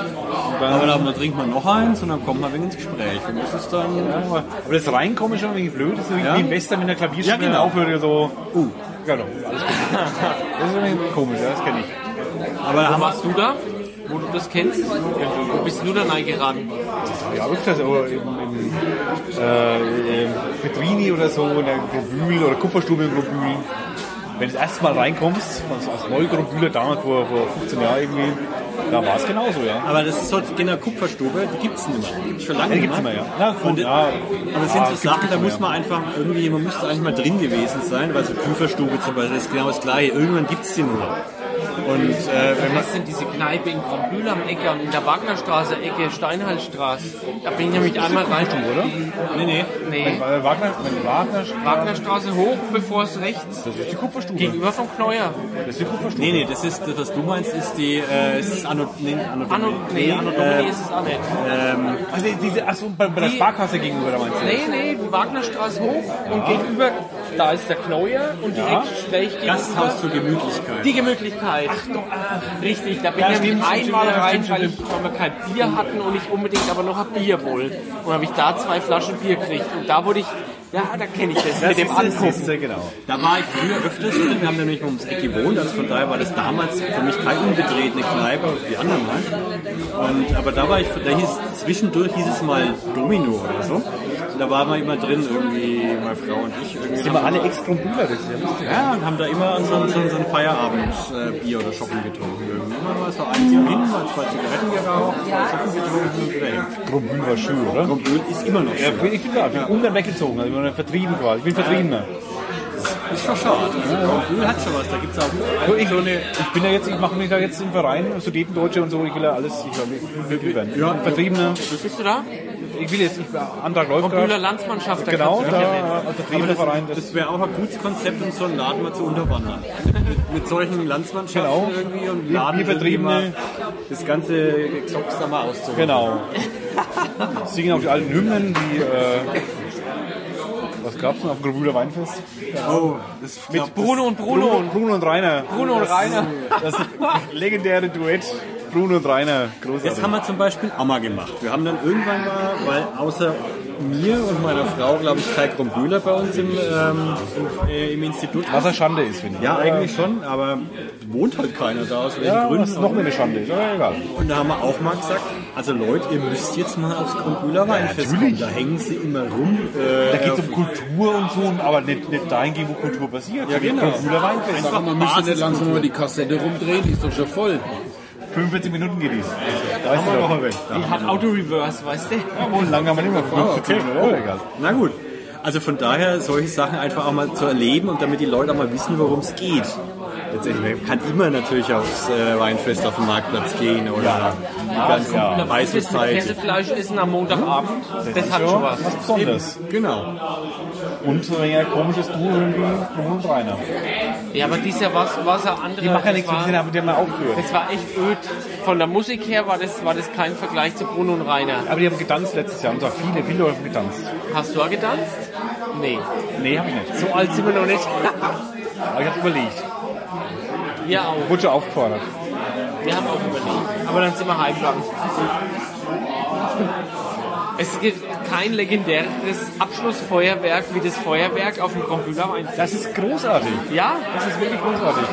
Aber dann, dann trinkt man noch eins und dann kommt man ein wenig ins Gespräch. Und das ist dann Aber das Reinkommen ist schon irgendwie blöd. Das ist irgendwie Ja. wie im Western, wenn der Klavierspieler Ja, genau. aufhört, so. Uh. Genau. Alles gut. das ist irgendwie komisch, ja, das kenne ich. Aber da Wo haben wir warst du da? Wo du das kennst? Wo bist du da reingeraten? Ja, öfters, oder im, im, äh, im Petrini oder so, in der Grobühl oder Kupferstube in Grobühl. Wenn du das erste Mal reinkommst, also als Neugrobühler damals vor, vor 15 Jahren irgendwie, da war es genauso, ja. Aber das ist so genau Kupferstube, die gibt es nicht mehr. Die gibt's schon Ja, lange die gibt's nicht mehr, ja. Na, gut, Und, ja. Aber es sind Ja, so gibt's Sachen, nicht da mehr. muss man einfach irgendwie, man müsste eigentlich mal drin gewesen sein, weil so Kupferstube zum Beispiel ist genau das gleiche. Irgendwann gibt es die nur. Und äh, wenn man Das sind diese Kneipe in Krombühl am Ecker, in der Wagnerstraße, Ecke Steinhallstraße. Da bin ich nämlich einmal rein. Oder? Nee, nee. Nee. Wenn Wagner, wenn Wagner, Wagnerstraße hoch, bevor es rechts. das ist die Kupferstube. Gegenüber vom Kneuer. Das ist die Kupferstube. Nee, nee, das ist das, was du meinst, ist die äh, ist das Anno, nee, Anno, Anno, nee, Anno Domini äh, ist es auch nicht. Also diese, achso, bei, bei der Die- Sparkasse gegenüber, da meinst du? Nee, nee, Wagnerstraße hoch und gegenüber, da ist der Kneuer und direkt schräg gegenüber. Äh, Gasthaus zur Gemütlichkeit. Die Gemütlichkeit. Ach doch, ach. Richtig, da bin Ja, ich stimmt, nämlich stimmt, einmal stimmt, ja, rein, stimmt, weil, ich, weil wir kein Bier hatten und ich unbedingt aber noch ein Bier wollte. Und habe ich da zwei Flaschen Bier gekriegt. Und da wurde ich, ja, da kenne ich das, mit dem ist es, Angucken. Sehr genau. Da war ich früher öfters drin, wir haben nämlich ums Eck gewohnt, also von daher war das damals für mich keine unbetretene Kneipe, wie die anderen halt. Und, aber da war ich, da hieß, zwischendurch hieß es mal Domino oder so. Und da waren wir immer drin, irgendwie, meine Frau und ich. Irgendwie Sind wir alle Ex-Grundbühler, das ist ja lustig. ja, und haben da immer unseren, so unseren Feierabendbier äh, Bier oder Shoppen getrunken. Irgendwie Immer war es so ein Bier hin, mal zwei Zigaretten geraucht, zwei Shoppen getrunken und wieder hin. Grundbühl war schön, oder? Und Öl ist immer noch Ja, schön. bin ich bin da, ich bin ungern weggezogen, also ich bin vertrieben quasi, ich bin Vertriebener. Ist schon schade. Also, Öl hat schon was, da gibt es auch Also ich, ich bin ja jetzt, ich mache mich da jetzt im Verein, Sudetendeutsche und so, ich will ja alles, ich will glücklich werden. Ja, Vertriebener, Bist du da? ne? ich will jetzt, ich, Antrag läuft Bühler gerade. Landsmannschaft, da Genau, kannst du da, dich ja als Aber Vertriebener das, Verein, das, das wäre auch ein gutes Konzept, um so einen Laden mal zu unterwandern. Mit solchen Landsmannschaften Genau. irgendwie und Wir- Laden wir Vertriebene. irgendwie mal das ganze Exox da mal auszuholen. genau. Singen auch die alten Hymnen, die, äh, was gab's denn auf dem Grubühler Weinfest? Genau. Oh, das ich glaub, Bruno und Bruno Bruno. und, Bruno und Rainer. Bruno und Rainer. Das legendäre Duett. Bruno und Rainer, großartig. Das haben wir zum Beispiel auch mal gemacht. Wir haben dann irgendwann mal, weil außer mir und meiner Frau, glaube ich, Kai Krombühler bei uns im, ähm, im, äh, im Institut. was eine Schande ist, finde ich. Ja, eigentlich schon, aber wohnt halt keiner da, aus welchen Ja, Gründen. was noch mehr eine Schande ist, aber egal. Und da haben wir auch mal gesagt, also Leute, ihr müsst jetzt mal aufs Krumbühler Weinfest kommen. Da hängen sie immer rum. Äh, Da geht es um Kultur und so, aber nicht, nicht dahingehend, wo Kultur passiert. Ja, genau. Cooler Weinfest. Einfach Man müsste nicht Basis- langsam mal die Kassette rumdrehen, die ist doch schon voll. 45 Minuten geht es. Da ist noch ein Weg. Die hat Auto-Reverse, weißt du? Obwohl, lange haben wir nicht mehr 15 Minuten, oder? Egal. Oh. Na gut. Also von daher, solche Sachen einfach auch mal zu erleben und damit die Leute auch mal wissen, worum es geht. Letztendlich man kann immer natürlich aufs äh, Weinfest auf den Marktplatz gehen oder die ganze ja, weiße Weißes Zeit. Käsefleisch essen am Montagabend. Das hat schon was. Was Besonderes. Genau. Und so ein komisches Duo irgendwie, Bruno und Rainer. Ja, aber dieses Jahr war es ein anderer. Die machen ja das nichts, war- wir sind ja mit dem mal aufgehört. Das war echt öd. Von der Musik her war das, war das kein Vergleich zu Bruno und Rainer. Aber die haben getanzt letztes Jahr, und zwar viele, viele Leute haben getanzt. Hast du auch getanzt? Nee. Nee, habe ich nicht. So alt sind wir noch nicht. Aber ich habe überlegt. Wir auch. Wurde schon aufgefordert. Wir haben auch überlegt. Aber dann sind wir heimgegangen. Es gibt kein legendäres Abschlussfeuerwerk wie das Feuerwerk auf dem Computer. Das ist großartig. Ja, Das ist wirklich großartig.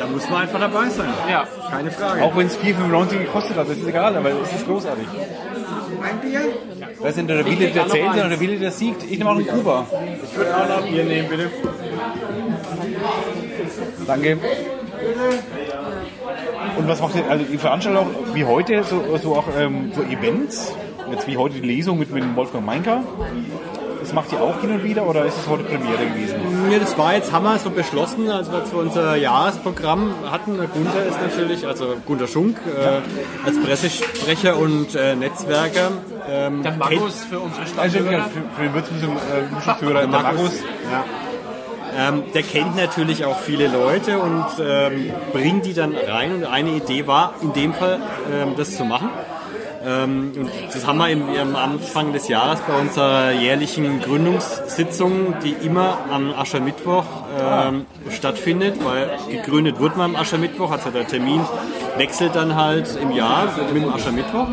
Da muss man einfach dabei sein. ja. Keine Frage. Auch wenn es 4,95 gekostet hat, das ist egal, aber es ist großartig. Das sind der Wille, der zählt, sondern der Wille, der siegt. Ich nehme auch einen Kuba. Ich würde auch noch ein Bier nehmen, bitte. Danke. Und was macht ihr, also die Veranstaltung auch wie heute, so, so auch ähm, so Events? Jetzt wie heute die Lesung mit, mit dem Wolfgang Meinka. Das macht ihr auch hin und wieder oder ist es heute Premiere gewesen? Ja, das war jetzt Hammer so beschlossen, als wir zu unser Jahresprogramm hatten. Der Gunther ist natürlich, also Gunther Schunk äh, als Pressesprecher und äh, Netzwerker. Ähm, Der Markus für unsere Also Stadt. für, für den Würzburg-Muschelführer, der kennt, Markus. Markus. Ja. Ähm, der kennt natürlich auch viele Leute und ähm, bringt die dann rein. Und eine Idee war in dem Fall, ähm, das zu machen. Ähm, und das haben wir im, am Anfang des Jahres bei unserer jährlichen Gründungssitzung, die immer am Aschermittwoch ähm, stattfindet, weil gegründet wird man am Aschermittwoch, also der Termin wechselt dann halt im Jahr mit dem Aschermittwoch.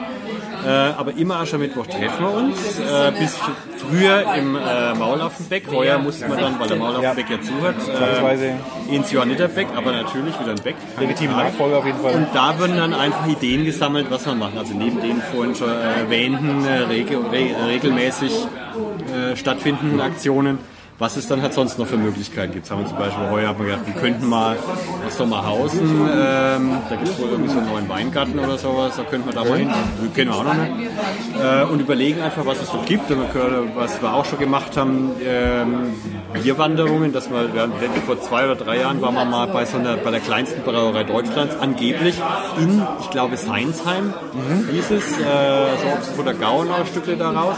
Äh, aber immer Aschermittwoch treffen wir uns, äh, bis früher im äh, Maulaffenbeck. Heuer musste man dann, weil der Maulaffenbeck ja zuhört, Zwangsweise. äh, ins Johanniterbeck, aber natürlich wieder ein Beck. Legitime Nachfolger auf jeden Fall. Und da wurden dann einfach Ideen gesammelt, was man machen. Also neben den vorhin schon erwähnten äh, rege- re regelmäßig äh, stattfindenden Aktionen, was es dann halt sonst noch für Möglichkeiten gibt. Haben wir zum Beispiel heuer haben wir gedacht, wir könnten mal aus Sommerhausen, ähm, da gibt es wohl irgendwie so einen neuen Weingarten oder sowas, da könnten wir da mal hin, Wir kennen wir auch noch nicht. Äh, und überlegen einfach, was es so gibt. Und wir können, was wir auch schon gemacht haben, ähm, Bierwanderungen, dass wir, wir haben, vor zwei oder drei Jahren waren wir mal bei so einer, bei der kleinsten Brauerei Deutschlands, angeblich in, ich glaube, Seinsheim hieß es, äh, so Ochsenfurt der Gauner Stücke daraus.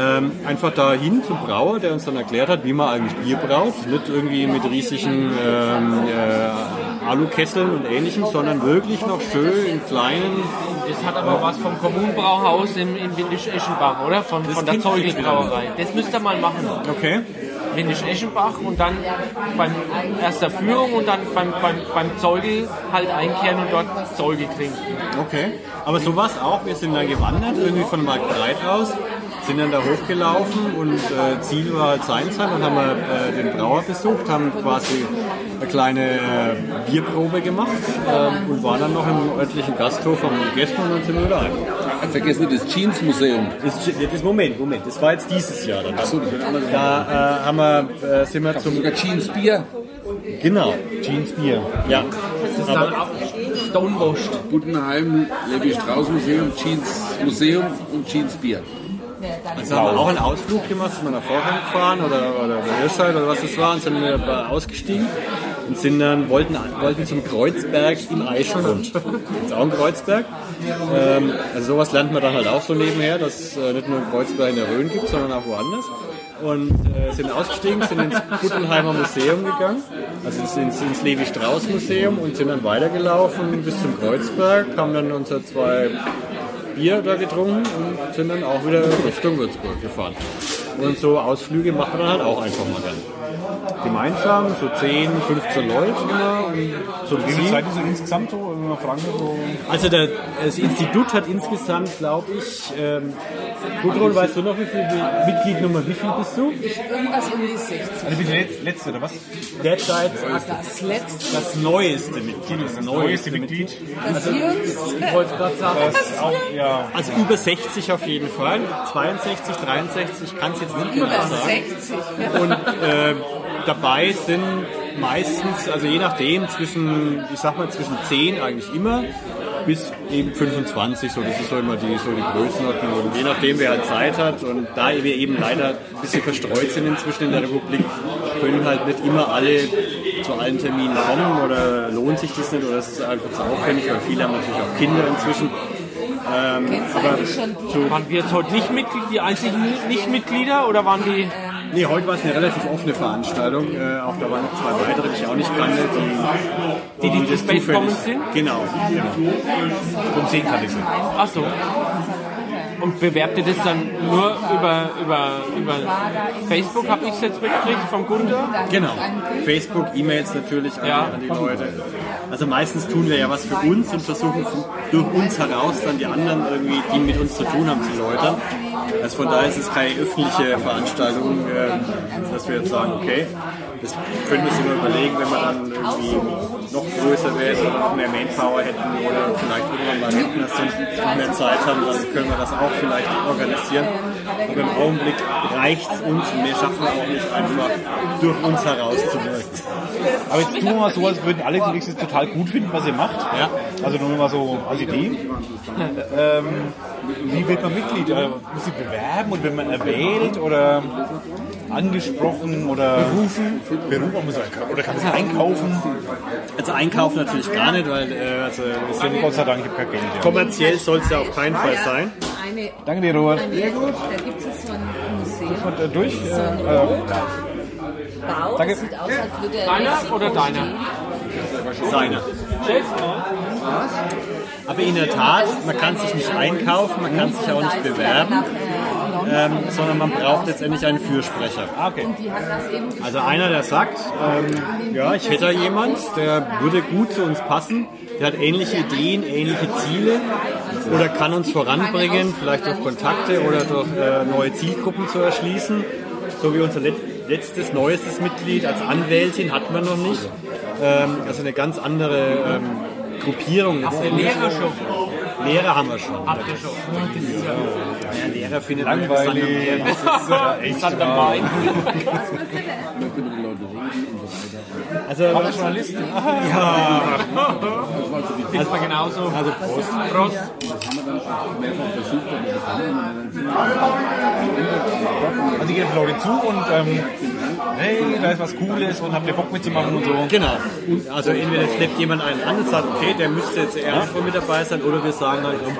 Ähm, einfach dahin zum Brauer, der uns dann erklärt hat, wie man eigentlich Bier braut. Nicht irgendwie mit riesigen ähm, äh, Alukesseln und ähnlichem, sondern wirklich noch schön in kleinen Das hat aber was vom Kommunenbrauhaus im, in Windisch-Eschenbach, oder? Von, von der klingt schon Zeugenbrauerei. Das müsst ihr mal machen. Okay. Windisch-Eschenbach und dann beim erster Führung und dann beim, beim, beim Zeugel halt einkehren und dort Zeugel trinken. Okay. Aber so war es auch. Wir sind dann gewandert, irgendwie von Marktbreit aus, sind dann da hochgelaufen und äh, Ziel war halt Seinsheim. Dann haben wir äh, den Brauer besucht, haben quasi eine kleine äh, Bierprobe gemacht ähm, und waren dann noch im örtlichen Gasthof am Gästen und dann sind wir wieder heim. Vergiss nicht das Jeans-Museum. Das, das, Moment, Moment, das war jetzt dieses Jahr dann. Achso, das wird anders. Da äh, haben wir, äh, sind wir zum... Sogar Jeans-Bier. Genau, Jeans Bier. ja. Aber Stonewashed. Buttenheim, Levi-Strauss-Museum, Jeans-Museum und Jeans-Bier. Also haben wir auch einen Ausflug gemacht, sind wir nach Vorhang gefahren oder, oder bei Irscheid oder was das war und sind wir da ausgestiegen und sind dann, wollten, wollten zum Kreuzberg im Eischgrund. Das ist auch ein Kreuzberg. Ähm, also sowas lernt man dann halt auch so nebenher, dass es äh, nicht nur einen Kreuzberg in der Rhön gibt, sondern auch woanders. Und äh, sind ausgestiegen, sind ins Guttenheimer Museum gegangen, also ins, ins, ins Levi-Strauß-Museum und sind dann weitergelaufen bis zum Kreuzberg, haben dann unsere zwei Bier da getrunken und sind dann auch wieder Richtung Würzburg gefahren. Und so Ausflüge macht man dann halt auch einfach mal dann. Gemeinsam, so 10, 15 Leute immer. Und so Wie viel Zeit ist so insgesamt so, wenn man fragen kann, so also der, das Institut hat insgesamt, glaube ich, ähm, Gudrun, weißt du noch, wie viel Mitglied Nummer, wie viel bist du? Irgendwas um die 60. Also bitte letzte, letzte oder was? Derzeit Das letzte. das neueste Mitglied. Das neueste Mitglied. Das jüngste. Wollte gerade sagen. Das auch, ja. Also über 60 auf jeden Fall. 62, 63, kann es jetzt nicht mehr Über sagen. 60. Und äh, dabei sind meistens, also je nachdem, zwischen, ich sag mal, zwischen 10 eigentlich immer bis eben 25, so das ist so immer die, so die Größenordnung. Und je nachdem, wer halt Zeit hat und da wir eben leider ein bisschen verstreut sind inzwischen in der Republik, können halt nicht immer alle zu allen Terminen kommen oder lohnt sich das nicht oder es ist einfach zu aufwendig, weil viele haben natürlich auch Kinder inzwischen. Kennst du eigentlich schon die? Waren wir jetzt heute nicht Mitglied, die einzigen Nichtmitglieder oder waren die Nee, heute war es eine relativ offene Veranstaltung. Äh, auch da waren noch zwei weitere, die ich auch nicht kannte. Die, die zu das spät zufällig- gekommen sind? Genau. Um 10 kann ich so. Ach so. Und bewerbt ihr das dann nur über, über, über Facebook, habe ich es jetzt mitgekriegt, vom Gunther? Genau. Facebook, E-Mails natürlich an, Ja. an die Leute. Also meistens tun wir ja was für uns und versuchen von- durch uns heraus dann die anderen irgendwie, die mit uns zu tun haben, zu läutern. Also von daher ist es keine öffentliche Veranstaltung, äh, dass wir jetzt sagen, okay, das können wir uns immer überlegen, wenn wir dann irgendwie noch größer werden oder noch mehr Manpower hätten oder vielleicht irgendwann mal Rentner sind, mehr Zeit haben, dann können wir das auch vielleicht organisieren. Aber im Augenblick reicht es uns und wir schaffen es auch nicht einfach, durch uns herauszuwirken. Aber jetzt tun wir mal so, als würden alle die nächstes total gut finden, was ihr macht. Ja. Also nur mal so als Idee. ähm, wie wird man Mitglied? Äh, muss ich bewerben und wird man erwählt oder angesprochen oder berufen? Berufen muss man einkaufen. Oder kann man es einkaufen? Also einkaufen natürlich gar nicht, weil äh, also wir sind Gott sei Dank, ich habe kein Geld. Ja. kommerziell soll es ja auf keinen Fall sein. Eine, Danke dir, Robert. eine, da gibt es so ein Museum. Und, äh, durch. Äh, So ein äh, roter Bau, Danke. das sieht aus, als würde er in Deiner Mexiko oder deiner? stehen. Seiner. Chef, Aber in der Tat, man kann sich nicht einkaufen, man kann sich auch Da nicht ist der bewerben, nach, äh, London ähm, gegangen. sondern man braucht letztendlich einen Fürsprecher. ah, okay. Und die hat das eben geschrieben. Also einer, der sagt, ähm, ja, ich hätte da jemand, der würde gut zu uns passen, der hat ähnliche Ideen, ähnliche Ziele oder kann uns voranbringen, vielleicht durch Kontakte oder durch äh, neue Zielgruppen zu erschließen. So wie unser let letztes, neuestes Mitglied als Anwältin hatten wir noch nicht. Ähm, also eine ganz andere ähm, Gruppierung. der Lehrer schon. Lehrer haben wir schon. Habt ihr schon. Das ist ja Ja, Lehrer findet man ja bislang am Langweilig. Lehrer. Das hat am Bein. Man könnte die Leute reden und so weiter. Also, Journalisten. Das war so die Das war genauso. Also Prost. mehrfach versucht, aber das haben wir dann sind wir- Also ich auf Leute zu und ähm, hey, da ist was Cooles und habt ihr Bock mitzumachen und so. Genau. Und also entweder schleppt jemand einen an und sagt, okay, der müsste jetzt eher schon mit dabei sein, oder wir sagen halt, komm,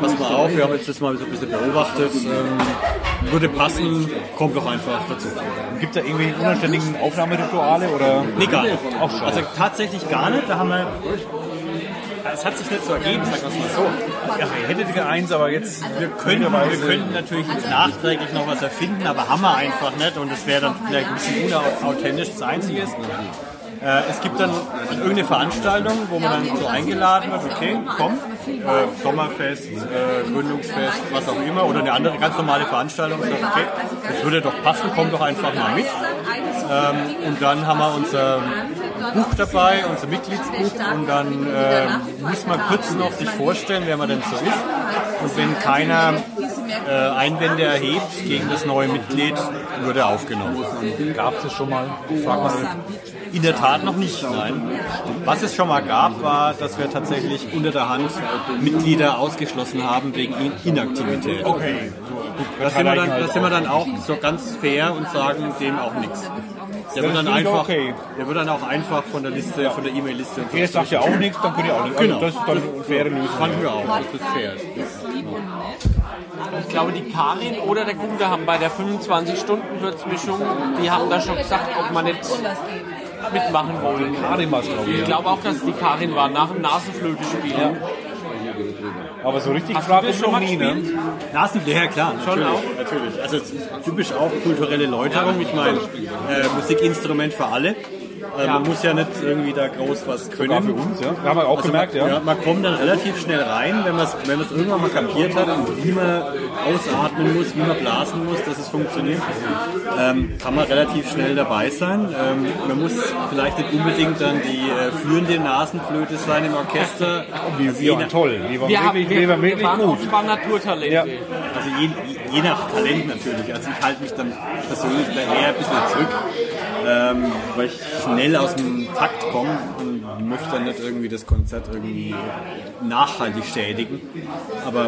pass mal auf, wir haben jetzt das mal so ein bisschen beobachtet, ähm, würde passen, kommt doch einfach dazu. Gibt es da irgendwie unanständigen Aufnahmerituale oder? Nee, gar nicht. Auch schade. Also tatsächlich gar nicht, da haben wir, es hat sich nicht so ergeben, sagen wir es mal so. Ja, ihr hättet ja eins, aber jetzt Wir könnten, wir könnten natürlich jetzt nachträglich noch was erfinden, aber haben wir einfach nicht und das wäre dann vielleicht ein bisschen unauthentisch. Das Einzige ist, äh, es gibt dann irgendeine Veranstaltung, wo man dann so eingeladen wird, okay, komm, äh, Sommerfest, äh, Gründungsfest, was auch immer, oder eine andere ganz normale Veranstaltung. Und sagt, okay, das würde doch passen, komm doch einfach mal mit. Ähm, und dann haben wir unser Buch dabei, unser Mitgliedsbuch und dann äh, muss man kurz noch sich vorstellen, wer man denn so ist. Und wenn keiner äh, Einwände erhebt gegen das neue Mitglied, wird er aufgenommen. Gab es schon mal? Frag mal. In der Tat noch nicht, nein. Was es schon mal gab, war, dass wir tatsächlich unter der Hand Mitglieder ausgeschlossen haben wegen In- Inaktivität. Okay. Da sind, wir dann, halt da sind wir dann auch so ganz fair und sagen dem auch nichts. Der wird, dann Das finde ich einfach, okay. der wird dann auch einfach von der Liste, von der E-Mail-Liste. und so. Ihr sagt ja auch nichts, dann könnt ihr auch nichts. Genau. Also das ist dann eine faire Lösung. Fanden wir auch, dass das fair ist. Ich glaube, die Karin oder der Gunter haben bei der 25-Stunden-Würzmischung, die haben da schon gesagt, ob man nicht mitmachen wollen. Karin war's, glaube ich, Ich ja. glaube auch, dass die Karin war, nach dem Nasenflöte-Spiel. Aber so richtig Hast gefragt du das ist schon noch mal nie, ne? Nasenbläher, klar. Schon auch. Natürlich. Also es ist typisch auch kulturelle Läuterung. Ich meine, äh, Musikinstrument für alle. Äh, Man muss ja nicht irgendwie da groß was können. War für uns, ja. Haben wir auch gemerkt, ja. Ja, Also man kommt dann relativ schnell rein, wenn man es wenn man's irgendwann mal kapiert hat, wie man ausatmen muss, wie man blasen muss, dass es funktioniert, ähm, kann man relativ schnell dabei sein. Ähm, man muss vielleicht nicht unbedingt dann die äh, führende Nasenflöte sein im Orchester. Also Die, die waren toll. Die waren Wir, haben, wirklich, die wir, waren wir wirklich waren gut. offenbar Naturtalente. Ja. Also je, je nach Talent natürlich. Also ich halte mich dann persönlich da eher ein bisschen zurück, ähm, weil ich schnell aus dem Takt komme und möchte dann nicht irgendwie das Konzert irgendwie nachhaltig schädigen. Aber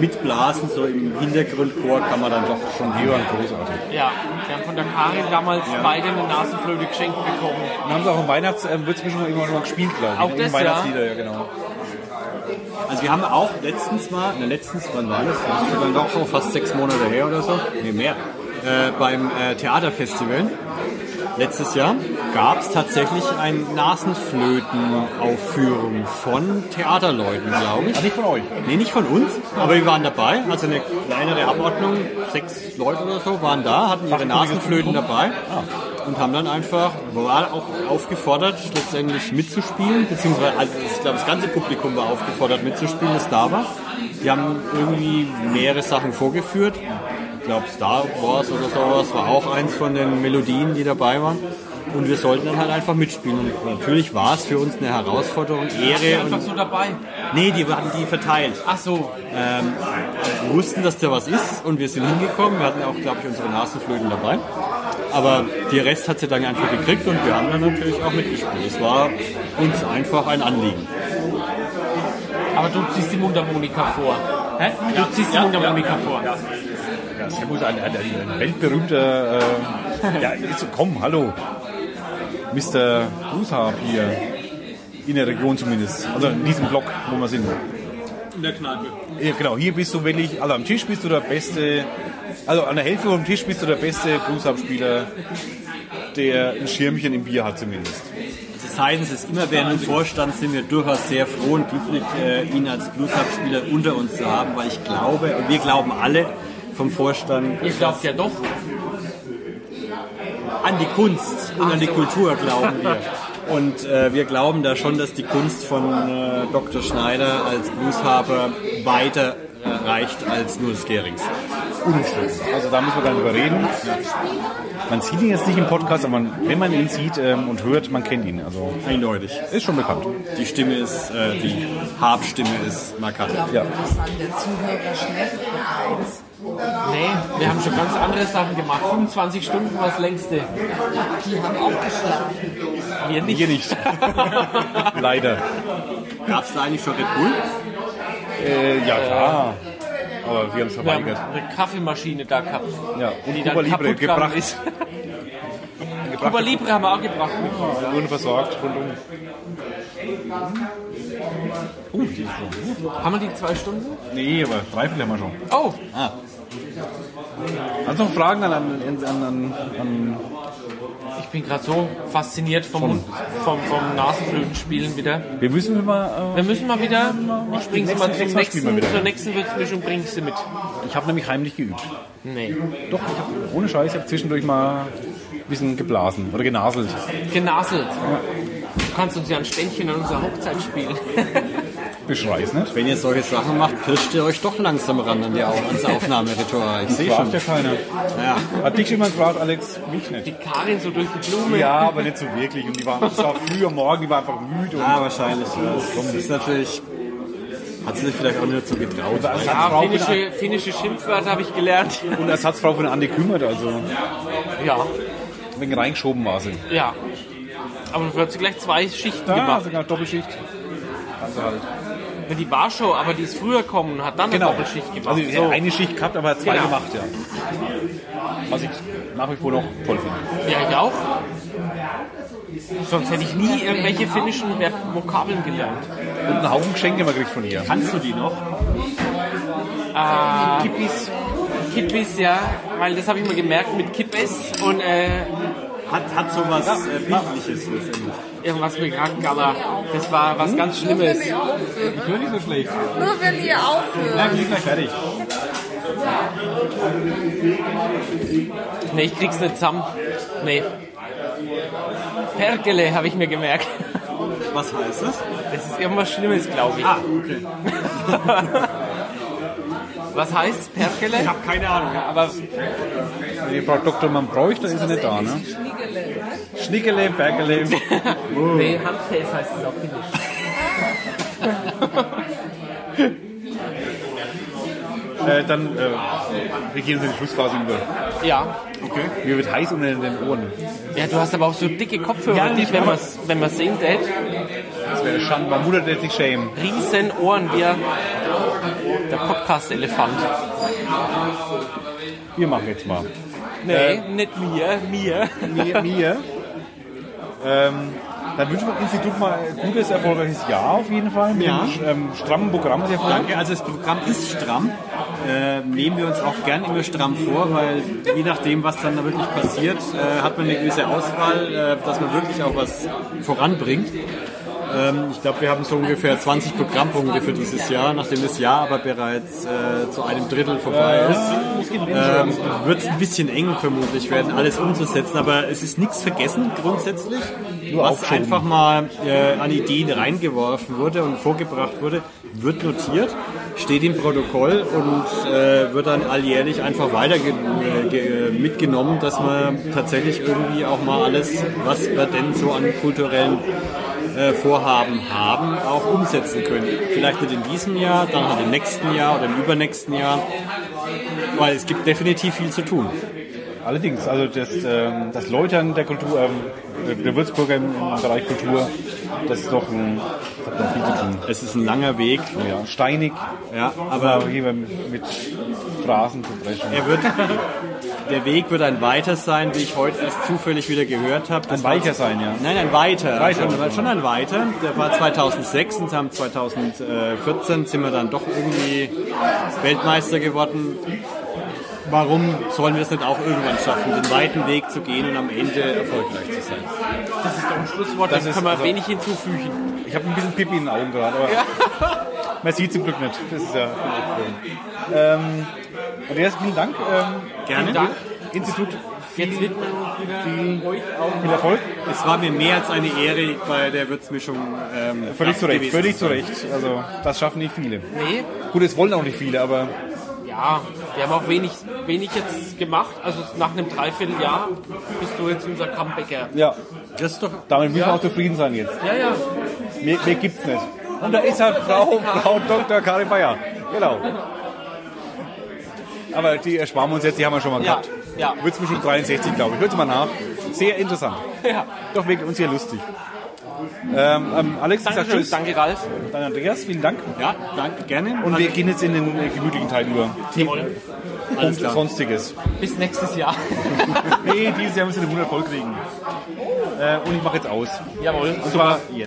mit Blasen so im Hintergrundchor kann man dann doch schon Die waren großartig. Ja, wir haben von der Karin damals beide eine Nasenflöte geschenkt bekommen. Dann haben sie auch im Weihnachts, ähm, wird's mir schon irgendwann mal gespielt, glaube ich. Auch In das, Weihnachtslieder, ja, genau. Also wir haben auch letztens mal, na letztens, wann war das? Das ist dann auch schon fast sechs Monate her oder so. Nee, mehr. Äh, beim äh, Theaterfestival letztes Jahr gab es tatsächlich eine Nasenflötenaufführung von Theaterleuten, glaube ich. Ah, nicht von euch. Nee, nicht von uns, aber wir waren dabei. Also eine kleinere Abordnung, sechs Leute oder so waren da, hatten ihre Nasenflöten dabei und haben dann einfach, war auch aufgefordert, letztendlich mitzuspielen, beziehungsweise also ich glaube, das ganze Publikum war aufgefordert mitzuspielen, das da war. Die haben irgendwie mehrere Sachen vorgeführt. Ich glaube, Star Wars oder sowas war auch eins von den Melodien, die dabei waren. Und wir sollten dann halt einfach mitspielen. Und natürlich war es für uns eine Herausforderung, Ehre. Einfach Und, so dabei. nee, die hatten die verteilt. Ach so. Wir wussten, dass da was ist und wir sind hingekommen. Wir hatten auch, glaube ich, unsere Nasenflöten dabei. Aber der Rest hat sie dann einfach gekriegt und wir haben dann natürlich auch mitgespielt. Es war uns einfach ein Anliegen. Aber du ziehst die Mundharmonika vor. Hä? Du ziehst die Mundharmonika vor. Ja, Servus, ein, ein, ein ein weltberühmter. Äh, ja, jetzt, komm, hallo. Mr. Gushab hier. In der Region zumindest. Also in diesem Block, wo wir sind. In der Kneipe. Ja, genau, hier bist du wirklich, also am Tisch bist du der beste, also an der Hälfte vom Tisch bist du der beste Bluesab-Spieler, der ein Schirmchen im Bier hat zumindest. Das heißt, es ist immer während dem Vorstand sind wir durchaus sehr froh und glücklich, äh, ihn als Bluesabspieler unter uns zu haben, weil ich glaube, und wir glauben alle vom Vorstand Ihr glaubt ja doch. an die Kunst und an die Kultur, glauben wir. Und äh, wir glauben da schon, dass die Kunst von äh, Dr. Schneider als Bluesharper weiter äh, reicht als nur des Gerings. Also da müssen wir gar nicht überreden. Man sieht ihn jetzt nicht im Podcast, aber man, wenn man ihn sieht ähm, und hört, man kennt ihn. Also Eindeutig. ist schon bekannt. Die Stimme ist, äh, die Harpstimme ist markant. Ich glaube, würde ich sagen, der Zuhörer schläft noch eins. Nee, wir haben schon ganz andere Sachen gemacht. 25 Stunden war das längste. Die haben auch geschlafen. Wir nicht. Hier nicht. Leider. Gab es da eigentlich schon Red Bull? Äh, ja, klar. Aber wir haben es Wir haben verweigert. eine Kaffeemaschine da gehabt. Ja, und die Cuba dann Libre kaputt gegangen gebracht. ist. Cuba Libre haben wir auch gebracht. Wir wurden versorgt rundum. Uh, die ist schon. Haben wir die zwei Stunden? Nee, aber Dreiviertel haben wir schon. Oh, Hast Ah. du noch Fragen an, an, an, an, an ich bin gerade so fasziniert vom, vom, vom Nasenflötenspielen wieder. Wir müssen mal. Wir müssen mal wieder, ich bring's mal Nächstes zum Mal nächsten, spielen wir wieder. zur nächsten Würzmischung bringe ich sie mit. Äh, ich habe nämlich heimlich geübt. Nee. Doch, ich hab, ohne Scheiß, ich habe zwischendurch mal ein bisschen geblasen oder genaselt. Genaselt. Du kannst uns ja ein Ständchen an unserer Hochzeit spielen. Beschreiß nicht. Wenn ihr solche Sachen macht, pirscht ihr euch doch langsam ran an die Au- ans Aufnahmeritual. Ich sehe Fragt ja schon. keiner. Ja. Hat dich jemand gefragt, Alex? Mich nicht. Die Karin so durch die Blume. Ja, aber nicht so wirklich. Und die waren, es war früh am Morgen, die waren einfach müde. Und Ah, wahrscheinlich. Ja. Das ist natürlich. Hat sie sich vielleicht auch nicht so als getraut. weil- Ersatzfrau, Ah, für, finnische, finnische Schimpfwörter habe ich gelernt. und Ersatzfrau für den Andi kümmert, also Ja, wegen reingeschoben war sie. ja. Aber du hast gleich zwei Schichten Da, gemacht. sogar Doppelschicht. Also halt. Wenn Die war schon, aber die ist früher gekommen und hat dann Genau. eine Doppelschicht gemacht. Also sie hat eine Schicht gehabt, aber hat zwei Genau. gemacht, ja. Was ich nach wie vor noch toll finde. Ja, ich auch. Sonst hätte ich nie irgendwelche finnischen Ver- Vokabeln gelernt. Und einen Haufen Geschenke mal gekriegt von ihr. Kannst du die noch? Kippis. Kippis, ja, weil das habe ich mir gemerkt mit Kippis und äh, Hat, hat so was äh, Bildliches letztendlich. irgendwas mit Rankala. Das war Hm? was ganz Schlimmes. aufhört. Hör nicht so schlecht. Nur wenn ihr aufhört. ne? bin gleich fertig. Nee, ich krieg's nicht zusammen. Nee. Perkele habe ich mir gemerkt. Was heißt das? Das ist irgendwas Schlimmes, glaube ich. Ah, okay. Was heißt Perkele? Ich habe keine Ahnung. Aber Wenn die Frau Doktor man bräuchte, dann ist sie nicht da, ne? Schnickele, Bergele. nee, Handfest heißt es auf Finnisch. äh, dann, äh, wir gehen in die Schlussphase über. Ja. Okay. Mir wird heiß unter den Ohren. Ja, du hast aber auch so dicke Kopfhörer, Ja, die, ich wenn aber- man wenn man singt, ey, Das wäre Schande. Meine Mutter wird sich schämen. riesen Ohren wie der Podcast-Elefant. Wir machen jetzt mal. Nee, nicht mir, Äh. mir. Mir. mir. ähm, dann wünschen wir dem Institut mal ein gutes, erfolgreiches Jahr auf jeden Fall. Mit Ja. einem ähm, strammen Programm. das ihr vorhabt. Danke, also das Programm ist stramm. Äh, nehmen wir uns auch gern immer stramm vor, weil je nachdem, was dann da wirklich passiert, äh, hat man eine gewisse Auswahl, äh, dass man wirklich auch was voranbringt. Ähm, ich glaube, wir haben so ungefähr 20 Programmpunkte für dieses Jahr. Nachdem das Jahr aber bereits äh, zu einem Drittel vorbei ist, ähm, wird es ein bisschen eng vermutlich werden, alles umzusetzen. Aber es ist nichts vergessen grundsätzlich, was aufschoben. einfach mal äh, an Ideen reingeworfen wurde und vorgebracht wurde, wird notiert. steht im Protokoll und äh, wird dann alljährlich einfach weiter ge- äh, ge- mitgenommen, dass man tatsächlich irgendwie auch mal alles, was wir denn so an kulturellen äh, Vorhaben haben, auch umsetzen können. Vielleicht nicht in diesem Jahr, dann halt im nächsten Jahr oder im übernächsten Jahr, weil es gibt definitiv viel zu tun. Allerdings, also das, ähm, das Läutern der Kultur, ähm, der Würzburger im, im Bereich Kultur, das ist doch ein, das hat noch viel zu tun. Es ist ein langer Weg, Ja, steinig, ja, aber aber hier mit Phrasen zu brechen. Er wird, der Weg wird ein weiter sein, wie ich heute erst zufällig wieder gehört habe. Das Ein war- weicher sein, ja. Nein, ein weiter. Weiter. Schon, schon ein weiter. Der war 2006 und haben 2014 sind wir dann doch irgendwie Weltmeister geworden. Warum sollen wir es nicht auch irgendwann schaffen, den weiten Weg zu gehen und am Ende erfolgreich zu sein? Das ist doch ein Schlusswort, Das das, das ist- können wir also- wenig hinzufügen. Ich habe ein bisschen Pipi in den Augen gerade, aber man sieht zum Glück nicht. Das ist ja ähm, Andreas, vielen Dank. Ähm, Gerne. Dank. Institut, Jetzt widmen wir uns wieder euch auch. viel Erfolg. Es war mir mehr als eine Ehre bei der Würzmischung. Ähm, Völlig Gast zu Recht, gewesen völlig zu zu Recht. Also das schaffen nicht viele. Nee, Gut, es wollen auch nicht viele, aber ja, wir haben auch wenig, wenig jetzt gemacht. Also nach einem Dreivierteljahr bist du jetzt unser Comebacker. ja, sein. Das ist doch damit müssen wir auch zufrieden sein jetzt. Ja, ja. Mehr, mehr gibt's nicht. Und da ist halt Frau, Frau Dr. Karin Bayer. Genau. Aber die ersparen wir uns jetzt, die haben wir schon mal Ja, gehabt. ja. Würzmischung 63, glaube ich. Hört mal nach. Sehr interessant. ja. Doch wirklich uns hier lustig. Ähm, ähm, Alex sagt Dankeschön, Tschüss. danke Ralf. Dann Andreas, vielen Dank. Ja, danke, gerne. Und wir gehen jetzt in den äh, gemütlichen Teil über. Jawohl. Punkt Sonstiges. Bis nächstes Jahr. Nee, dieses Jahr müssen wir den 100 voll kriegen. Äh, und ich mache jetzt aus. Jawohl. Und zwar jetzt.